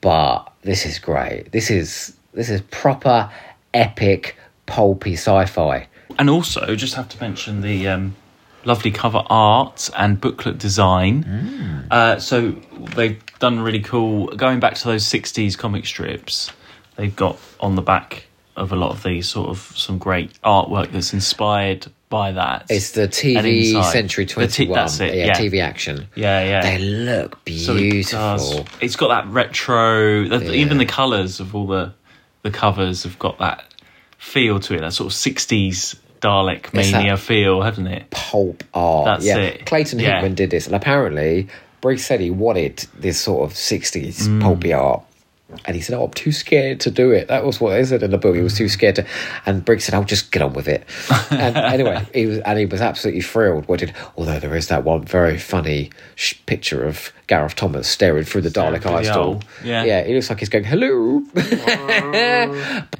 [SPEAKER 2] but this is great. This is this is proper epic pulpy sci-fi.
[SPEAKER 1] and also just have to mention the um, lovely cover art and booklet design
[SPEAKER 2] Mm.
[SPEAKER 1] uh, so they've done really cool going back to those 60s comic strips they've got on the back of a lot of these sort of some great artwork that's inspired by that
[SPEAKER 2] It's the
[SPEAKER 1] And
[SPEAKER 2] TV
[SPEAKER 1] inside-
[SPEAKER 2] Century
[SPEAKER 1] the t-
[SPEAKER 2] 21.
[SPEAKER 1] that's it
[SPEAKER 2] yeah,
[SPEAKER 1] yeah
[SPEAKER 2] TV action.
[SPEAKER 1] yeah yeah
[SPEAKER 2] They look
[SPEAKER 1] So it
[SPEAKER 2] beautiful.
[SPEAKER 1] does- it's got that retro that- even the colors of all the the covers have got that feel to it that sort of 60s Dalek
[SPEAKER 2] It's that-
[SPEAKER 1] mania feel, haven't it?
[SPEAKER 2] pulp art.
[SPEAKER 1] That's
[SPEAKER 2] yeah.
[SPEAKER 1] it.
[SPEAKER 2] Clayton
[SPEAKER 1] Yeah.
[SPEAKER 2] Hickman
[SPEAKER 1] Mm.
[SPEAKER 2] did this, and apparently Briggs said he wanted this sort of 60s pulpy art. And he said, "Oh, I'm too scared to do it." That was what they said in the book. He was too scared to. And Briggs said, "I'll just get on with
[SPEAKER 1] [laughs]
[SPEAKER 2] it." and anyway, he was and he was absolutely thrilled. What did? Although there is that one very funny sh- picture of Gareth Thomas staring through the Dalek
[SPEAKER 1] through
[SPEAKER 2] eye
[SPEAKER 1] the
[SPEAKER 2] stall.
[SPEAKER 1] hole. Yeah.
[SPEAKER 2] yeah, he looks like he's going hello.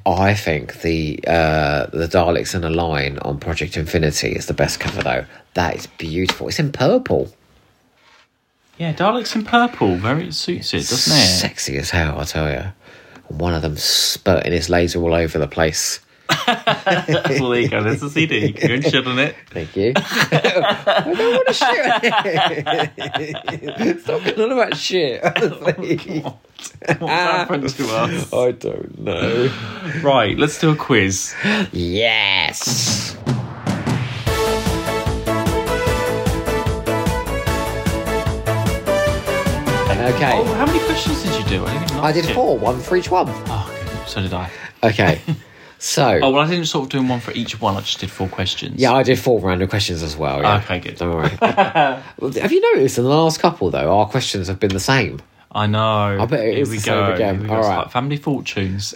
[SPEAKER 2] I think the uh, the Daleks in a line on Project Infinity is the best cover though. That is beautiful. It's in purple.
[SPEAKER 1] Yeah, Daleks in purple. Very it suits it, doesn't it? [laughs]
[SPEAKER 2] [laughs] Sexy as hell, I tell you. One of them spurting his laser all over the place.
[SPEAKER 1] well, there you go. There's a CD. You
[SPEAKER 2] [laughs]
[SPEAKER 1] can go and shit on it.
[SPEAKER 2] Thank you. [laughs] I don't want to shit. [laughs] Stop going on
[SPEAKER 1] [laughs]
[SPEAKER 2] about shit. [laughs]
[SPEAKER 1] Oh,
[SPEAKER 2] honestly.
[SPEAKER 1] What
[SPEAKER 2] Ah.
[SPEAKER 1] happened to
[SPEAKER 2] [laughs]
[SPEAKER 1] us?
[SPEAKER 2] I don't know.
[SPEAKER 1] Right, let's do a quiz.
[SPEAKER 2] Yes. Okay.
[SPEAKER 1] Oh, how many questions did you do? I, didn't even
[SPEAKER 2] I
[SPEAKER 1] ask
[SPEAKER 2] did
[SPEAKER 1] you.
[SPEAKER 2] four, one for each one.
[SPEAKER 1] Oh, good. So did I.
[SPEAKER 2] [laughs] Okay. So.
[SPEAKER 1] Oh well, I didn't sort of do one for each one. I just did four questions.
[SPEAKER 2] Yeah, I did four random questions as well. yeah.
[SPEAKER 1] Okay, good.
[SPEAKER 2] Don't [laughs] worry. Well, have you noticed in the last couple though, our questions have been the [laughs] same?
[SPEAKER 1] I know. I
[SPEAKER 2] bet it is the same again.
[SPEAKER 1] Here we go.
[SPEAKER 2] All
[SPEAKER 1] It's
[SPEAKER 2] right.
[SPEAKER 1] like family
[SPEAKER 2] [laughs]
[SPEAKER 1] fortunes. [laughs]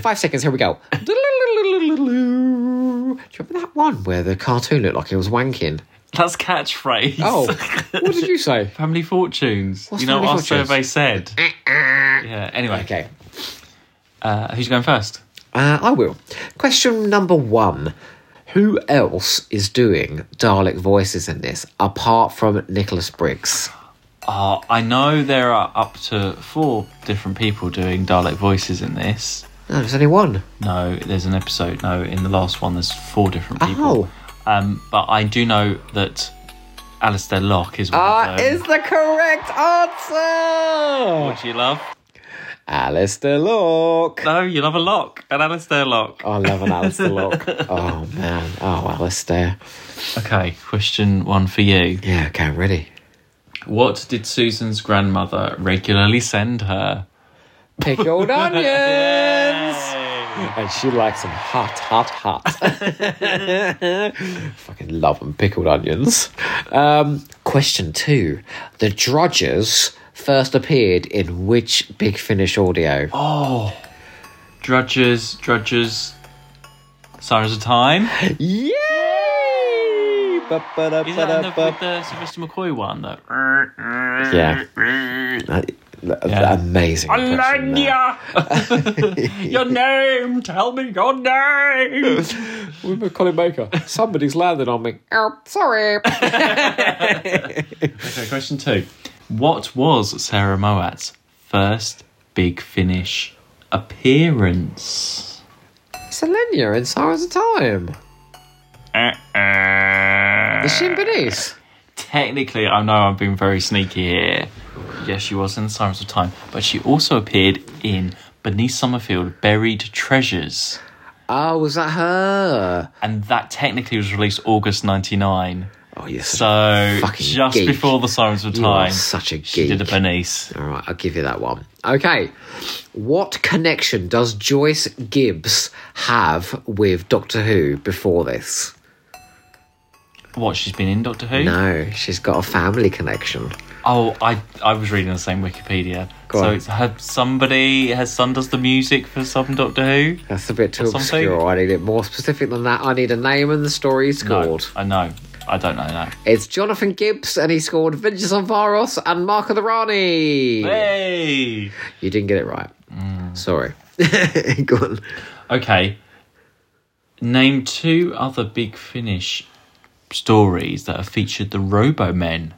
[SPEAKER 2] Five seconds. Here we go. Do you remember that one where the cartoon looked like it was wanking?
[SPEAKER 1] That's catchphrase.
[SPEAKER 2] Oh, what did you [laughs] say?
[SPEAKER 1] [laughs] family fortunes.
[SPEAKER 2] What's
[SPEAKER 1] you know
[SPEAKER 2] family
[SPEAKER 1] what our
[SPEAKER 2] fortunes?
[SPEAKER 1] survey said. yeah. Anyway,
[SPEAKER 2] Okay,
[SPEAKER 1] uh, who's going first?
[SPEAKER 2] uh, I will. Question number one: Who else is doing Dalek voices in this apart from Nicholas Briggs?
[SPEAKER 1] Uh, I know there are up to four different people doing Dalek voices in this.
[SPEAKER 2] No, there's only one.
[SPEAKER 1] No, there's an episode. No, in the last one, there's four different people.
[SPEAKER 2] Oh.
[SPEAKER 1] Um, but I do know that Alistair Locke is one
[SPEAKER 2] Ah,
[SPEAKER 1] of them.
[SPEAKER 2] is the correct answer.
[SPEAKER 1] What do you love?
[SPEAKER 2] Alistair Locke.
[SPEAKER 1] No, you love a lock. An Alistair Locke.
[SPEAKER 2] I love an Alistair [laughs] Locke. Oh man. Oh Alistair.
[SPEAKER 1] Okay, question one for you.
[SPEAKER 2] Yeah, okay, I'm ready.
[SPEAKER 1] What did Susan's grandmother regularly send her?
[SPEAKER 2] Pickled onions! And she likes them hot, hot,
[SPEAKER 1] [laughs]
[SPEAKER 2] hot. Fucking love them, pickled onions. Um, question two. The Drudgers first appeared in which Big Finish audio?
[SPEAKER 1] Oh, Drudgers, Drudgers, Sirens of Time.
[SPEAKER 2] Yay!
[SPEAKER 1] Is that
[SPEAKER 2] uh,
[SPEAKER 1] in the, with
[SPEAKER 2] Ba-ba-da-ba-da-ba.
[SPEAKER 1] the Sylvester McCoy one? That
[SPEAKER 2] Yeah. Uh,
[SPEAKER 1] Yeah.
[SPEAKER 2] Amazing. impression there.
[SPEAKER 1] your name. Tell me your name.
[SPEAKER 2] With Colin Baker. Somebody's landed on me. Oh, sorry.
[SPEAKER 1] Okay, question two. What was Sarah Moat's first big finish appearance?
[SPEAKER 2] Selenia in Sirens of Time.
[SPEAKER 1] Uh-uh.
[SPEAKER 2] The Shin Beneath.
[SPEAKER 1] Technically, I know I've been very sneaky here. Yes, she was in Sirens of Time, but she also appeared in Bernice Summerfield Buried Treasures.
[SPEAKER 2] Oh, was that her?
[SPEAKER 1] And that technically was released August 99.
[SPEAKER 2] Oh, yes.
[SPEAKER 1] So
[SPEAKER 2] Fucking
[SPEAKER 1] just
[SPEAKER 2] geek.
[SPEAKER 1] before the Sirens of
[SPEAKER 2] You are
[SPEAKER 1] Time,
[SPEAKER 2] such a
[SPEAKER 1] she did a
[SPEAKER 2] geek.
[SPEAKER 1] Bernice.
[SPEAKER 2] All right, I'll give you that one. Okay. What connection does Joyce Gibbs have with Doctor Who before this?
[SPEAKER 1] What she's been in Doctor Who?
[SPEAKER 2] No, she's got a family connection.
[SPEAKER 1] Oh, I I was reading the same Wikipedia.
[SPEAKER 2] Go
[SPEAKER 1] so
[SPEAKER 2] on.
[SPEAKER 1] it's her somebody her son does the music for some Doctor Who.
[SPEAKER 2] That's a bit too
[SPEAKER 1] Something?
[SPEAKER 2] obscure. I need it more specific than that. I need a name and the story he
[SPEAKER 1] No,
[SPEAKER 2] scored.
[SPEAKER 1] I know. I don't know that.
[SPEAKER 2] It's Jonathan Gibbs, and he scored Vengeance on Varos and Mark of the Rani.
[SPEAKER 1] Hey. Mm.
[SPEAKER 2] You didn't get it right. Sorry. [laughs] Go on.
[SPEAKER 1] Okay. Name two other Big Finish stories that have featured the Robo Men.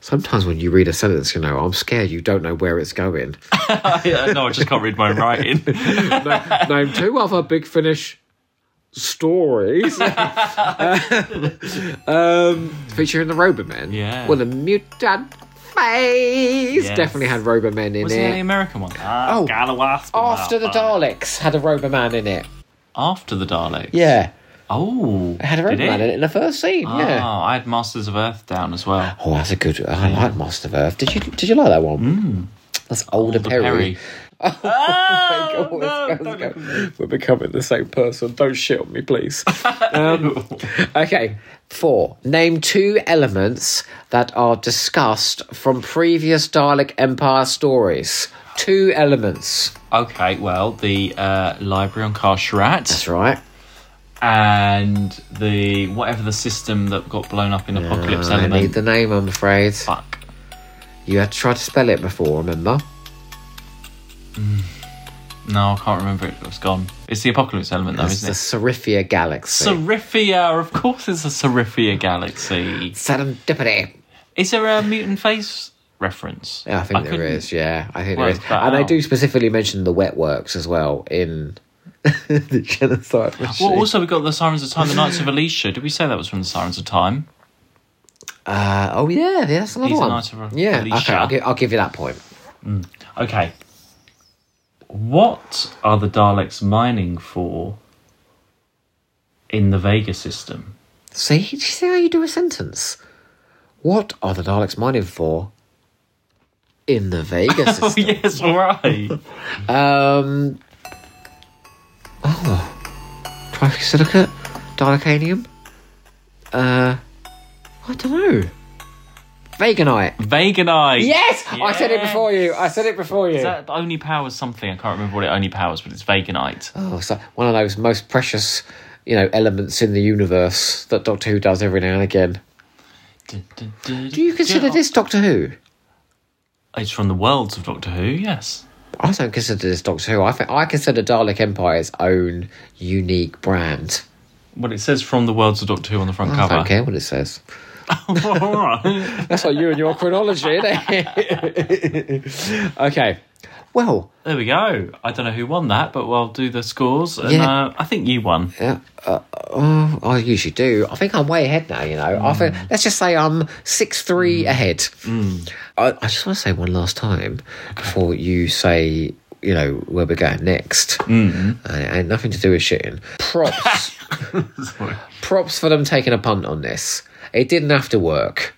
[SPEAKER 2] Sometimes when you read a sentence, you know, I'm scared you don't know where it's going.
[SPEAKER 1] no, [laughs] I just can't read my own
[SPEAKER 2] [laughs]
[SPEAKER 1] writing.
[SPEAKER 2] Na- Name two other Big Finish
[SPEAKER 1] [laughs]
[SPEAKER 2] stories um, featuring the Robomen.
[SPEAKER 1] Yeah.
[SPEAKER 2] With a mutant face.
[SPEAKER 1] Yes.
[SPEAKER 2] Definitely had Robomen in
[SPEAKER 1] Was it the
[SPEAKER 2] it.
[SPEAKER 1] American one? Ah,
[SPEAKER 2] Oh,
[SPEAKER 1] Galawas-
[SPEAKER 2] After the Daleks had a Roboman in it.
[SPEAKER 1] After the Daleks.
[SPEAKER 2] Yeah.
[SPEAKER 1] Oh,
[SPEAKER 2] It had a
[SPEAKER 1] did
[SPEAKER 2] Roboman
[SPEAKER 1] it?
[SPEAKER 2] in it in the first scene. Yeah.
[SPEAKER 1] Oh, I had Masters of Earth down as
[SPEAKER 2] [gasps]
[SPEAKER 1] well.
[SPEAKER 2] Oh, that's a good. I like Master of Earth. Did you did you like that one? That's older
[SPEAKER 1] Hmm. Older
[SPEAKER 2] [laughs] Perry.
[SPEAKER 1] Perry.
[SPEAKER 2] [laughs] Oh, my God, let's go, let's go. We're becoming the same person. Don't shit on me, please. Um, okay, four. Name two elements that are discussed from previous Dalek Empire stories. Two elements.
[SPEAKER 1] Okay, well, the uh, library on Karsharat
[SPEAKER 2] That's right.
[SPEAKER 1] and the whatever the system that got blown up in Apocalypse
[SPEAKER 2] Uh, I
[SPEAKER 1] Element.
[SPEAKER 2] need the name, I'm afraid.
[SPEAKER 1] Fuck.
[SPEAKER 2] You had tried to spell it before, remember?
[SPEAKER 1] Oh, No, I can't remember it. It's gone. It's the Apocalypse Element, though,
[SPEAKER 2] It's
[SPEAKER 1] isn't
[SPEAKER 2] the
[SPEAKER 1] it?
[SPEAKER 2] Serifia Galaxy.
[SPEAKER 1] Serifia, of course, it's a Serifia galaxy.
[SPEAKER 2] Serendipity.
[SPEAKER 1] Is there a mutant face reference?
[SPEAKER 2] Yeah, I think there
[SPEAKER 1] couldn't-
[SPEAKER 2] is. Yeah, I think there
[SPEAKER 1] work
[SPEAKER 2] is.
[SPEAKER 1] that
[SPEAKER 2] And they
[SPEAKER 1] out.
[SPEAKER 2] do specifically mention the wet works as well in [laughs] the genocide machine.
[SPEAKER 1] Well, also we got the Sirens of Time, the Knights of Alicia. Did we say that was from the Sirens of Time?
[SPEAKER 2] uh, oh yeah, yeah, that's another
[SPEAKER 1] He's a
[SPEAKER 2] one.
[SPEAKER 1] Knight of
[SPEAKER 2] yeah, okay,
[SPEAKER 1] Alicia.
[SPEAKER 2] I'll give, I'll give you that point.
[SPEAKER 1] Okay. What are the Daleks mining for in the Vega
[SPEAKER 2] [laughs]
[SPEAKER 1] system?
[SPEAKER 2] See, do you see how you do a sentence? What are the Daleks mining for? In the Vegas
[SPEAKER 1] [laughs] Oh
[SPEAKER 2] system.
[SPEAKER 1] yes, all right.
[SPEAKER 2] Um. Oh. Trisilicate? Dalekanium? Uh. I don't know. Veganite.
[SPEAKER 1] Veganite.
[SPEAKER 2] Yes! I said it before you. I said it before you.
[SPEAKER 1] Is that only powers something? I can't remember what it only powers, but it's Veganite.
[SPEAKER 2] Oh, it's like one of those most precious, you know, elements in the universe that Doctor Who does every now and again. Do you consider this Doctor Who?
[SPEAKER 1] It's from the worlds of Doctor Who. Yes.
[SPEAKER 2] I don't consider this Doctor Who. I think I consider Dalek Empire its own unique brand.
[SPEAKER 1] Well, it says from the worlds of Doctor Who on the front
[SPEAKER 2] I don't
[SPEAKER 1] cover.
[SPEAKER 2] care what it says.
[SPEAKER 1] [laughs] all right.
[SPEAKER 2] That's like you and your chronology, innit? [laughs] okay. Well,
[SPEAKER 1] There we go. I don't know who won that, but we'll do the scores. And
[SPEAKER 2] Yeah.
[SPEAKER 1] uh, I think you won.
[SPEAKER 2] yeah, uh, uh, I usually do. I think I'm way ahead now, you know.
[SPEAKER 1] Mm.
[SPEAKER 2] I think, let's just say I'm 6 3 ahead.
[SPEAKER 1] Mm.
[SPEAKER 2] I, I just want to say one last time before you say, you know, where we're going next. Mm.
[SPEAKER 1] Mm-hmm.
[SPEAKER 2] And it ain't nothing to do with shitting.
[SPEAKER 1] [laughs]
[SPEAKER 2] Props. props for them taking a punt on this. It didn't have to work.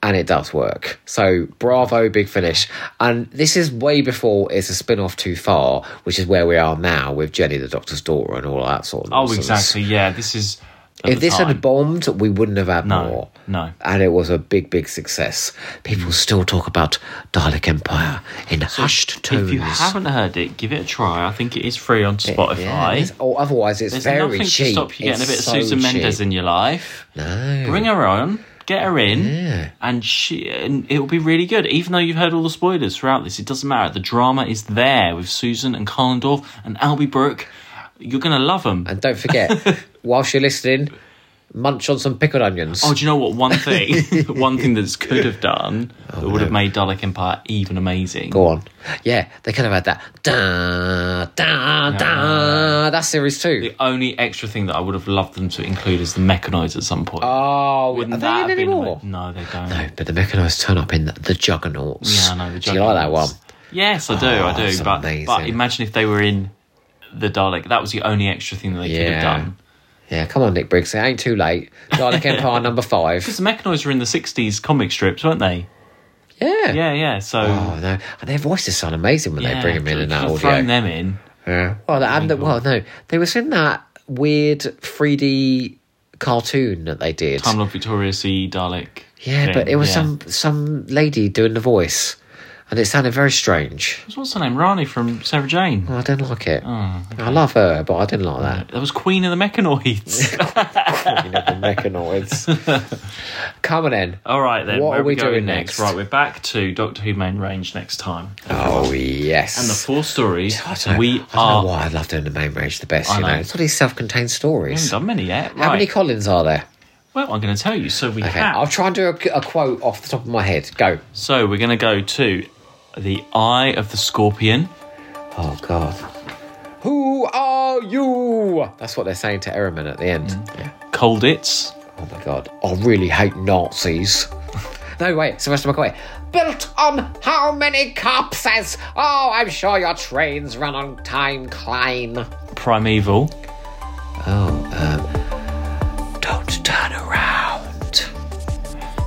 [SPEAKER 2] and it does work. So bravo, big finish. And this is way before it's a spin off too far, which is where we are now with Jenny the Doctor's daughter and all that sort of
[SPEAKER 1] Oh,
[SPEAKER 2] nonsense.
[SPEAKER 1] exactly. Yeah, this is. at
[SPEAKER 2] If
[SPEAKER 1] the
[SPEAKER 2] this
[SPEAKER 1] time.
[SPEAKER 2] had bombed, we wouldn't have had
[SPEAKER 1] No,
[SPEAKER 2] more.
[SPEAKER 1] no. Hmm.
[SPEAKER 2] And it was a big, big success. People still talk about Dalek Empire in hushed tones.
[SPEAKER 1] If you haven't heard it, give it a try. I think it is free on Spotify.
[SPEAKER 2] Yeah, it's- or otherwise, it's
[SPEAKER 1] There's
[SPEAKER 2] very
[SPEAKER 1] nothing
[SPEAKER 2] cheap.
[SPEAKER 1] to stop you getting
[SPEAKER 2] It's
[SPEAKER 1] a bit of
[SPEAKER 2] so
[SPEAKER 1] Susan Mendes
[SPEAKER 2] cheap.
[SPEAKER 1] in your life.
[SPEAKER 2] No.
[SPEAKER 1] Bring her on, get her in, and she and it'll be really good. Even though you've heard all the spoilers throughout this, it doesn't matter. The drama is there with Susan and Collendorf and Albie Brook. You're gonna love them.
[SPEAKER 2] And don't
[SPEAKER 1] [laughs]
[SPEAKER 2] forget, whilst you're listening, munch on some pickled onions.
[SPEAKER 1] Oh, do you know what? One thing, [laughs] one thing that this could have done that would have made Dalek Empire even amazing.
[SPEAKER 2] Oh, Go on. Yeah, they could have had that. Da, da, da. That's series two.
[SPEAKER 1] The only extra thing that I would have loved them to include is the mechanoids at some point.
[SPEAKER 2] Oh,
[SPEAKER 1] Wouldn't
[SPEAKER 2] are
[SPEAKER 1] that
[SPEAKER 2] they in
[SPEAKER 1] have been
[SPEAKER 2] anymore?
[SPEAKER 1] ama- No, they don't.
[SPEAKER 2] No, but the mechanized turn up in the Juggernauts.
[SPEAKER 1] Yeah, I know. The
[SPEAKER 2] Do you like that one? Oh,
[SPEAKER 1] Juggernauts. Yes, I do. I do.
[SPEAKER 2] that's
[SPEAKER 1] but but
[SPEAKER 2] amazing.
[SPEAKER 1] imagine if they were in the Dalek. That was the only extra thing that they could
[SPEAKER 2] Yeah.
[SPEAKER 1] have done.
[SPEAKER 2] Yeah, come on, Nick Briggs. It ain't too late.
[SPEAKER 1] [laughs]
[SPEAKER 2] Dalek Empire number five.
[SPEAKER 1] Because the Mechanoids were in the '60s comic strips, weren't they?
[SPEAKER 2] Yeah.
[SPEAKER 1] Yeah, yeah. So
[SPEAKER 2] Oh no, and their voices sound amazing when
[SPEAKER 1] yeah,
[SPEAKER 2] they bring them in
[SPEAKER 1] if
[SPEAKER 2] and that
[SPEAKER 1] you've
[SPEAKER 2] audio.
[SPEAKER 1] Thrown them in.
[SPEAKER 2] Yeah. Well, that, and the, well, no, they was in that weird 3D cartoon that they did.
[SPEAKER 1] Time Lord Victoria C Dalek.
[SPEAKER 2] Yeah,
[SPEAKER 1] thing,
[SPEAKER 2] but it was
[SPEAKER 1] yeah.
[SPEAKER 2] some some lady doing the voice, and it sounded very strange.
[SPEAKER 1] It was- What's her name? Rani from Sarah Jane.
[SPEAKER 2] I didn't like it.
[SPEAKER 1] Oh,
[SPEAKER 2] I love her, but I didn't
[SPEAKER 1] [laughs]
[SPEAKER 2] like that.
[SPEAKER 1] That was Queen of the
[SPEAKER 2] [laughs]
[SPEAKER 1] Mechanoids. [laughs]
[SPEAKER 2] the mechanoids. Come on in.
[SPEAKER 1] All right then.
[SPEAKER 2] What
[SPEAKER 1] where
[SPEAKER 2] are we
[SPEAKER 1] going
[SPEAKER 2] doing next?
[SPEAKER 1] Right, we're back to Doctor Who main range next time.
[SPEAKER 2] Oh yes.
[SPEAKER 1] And the four stories
[SPEAKER 2] I don't know,
[SPEAKER 1] we
[SPEAKER 2] I don't
[SPEAKER 1] are.
[SPEAKER 2] know why I love doing the main range the best. you know.
[SPEAKER 1] know.
[SPEAKER 2] it's all these self-contained
[SPEAKER 1] We
[SPEAKER 2] stories.
[SPEAKER 1] haven't done many yet.
[SPEAKER 2] How many
[SPEAKER 1] Right.
[SPEAKER 2] Collins are there?
[SPEAKER 1] Well, I'm going to tell you. So we
[SPEAKER 2] Okay,
[SPEAKER 1] have.
[SPEAKER 2] I'll try and do a, a quote off the top of my head. Go.
[SPEAKER 1] So we're going to go to the Eye of the Scorpion.
[SPEAKER 2] Oh God. Who are you? That's what they're saying to Ehrman at the end. Yeah.
[SPEAKER 1] Colditz.
[SPEAKER 2] Oh my god. I really hate [laughs] Nazis. no, wait, Sylvester McCoy. Built on how many corpses? Oh, I'm sure your trains run on time, Klein.
[SPEAKER 1] Primeval.
[SPEAKER 2] Oh, um. Don't turn around.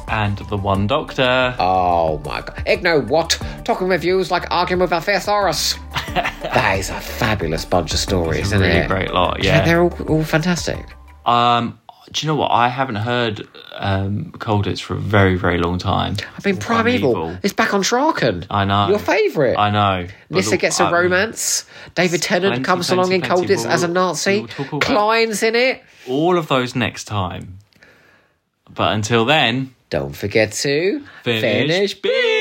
[SPEAKER 1] and the one doctor. [laughs]
[SPEAKER 2] Oh my god. Igno, what? Talking reviews like arguing with a thesaurus. that is a fabulous bunch of stories, isn't
[SPEAKER 1] really
[SPEAKER 2] it?
[SPEAKER 1] great lot,
[SPEAKER 2] Yeah,
[SPEAKER 1] yeah.
[SPEAKER 2] they're all, all fantastic.
[SPEAKER 1] Um, do you know what? I haven't heard um, Colditz for a very, very long time.
[SPEAKER 2] I mean, Prime Evil
[SPEAKER 1] Evil.
[SPEAKER 2] is back on Draken.
[SPEAKER 1] I know.
[SPEAKER 2] Your favourite.
[SPEAKER 1] I know. But
[SPEAKER 2] Nissa
[SPEAKER 1] the-
[SPEAKER 2] gets a
[SPEAKER 1] I-
[SPEAKER 2] romance. David Tennant
[SPEAKER 1] plenty,
[SPEAKER 2] comes
[SPEAKER 1] plenty,
[SPEAKER 2] along in
[SPEAKER 1] plenty.
[SPEAKER 2] Colditz
[SPEAKER 1] We'll-
[SPEAKER 2] as a
[SPEAKER 1] we'll-
[SPEAKER 2] Nazi.
[SPEAKER 1] we'll talk about-
[SPEAKER 2] Klein's in it.
[SPEAKER 1] All of those next time. But until then,
[SPEAKER 2] Don't forget to
[SPEAKER 1] finish, big.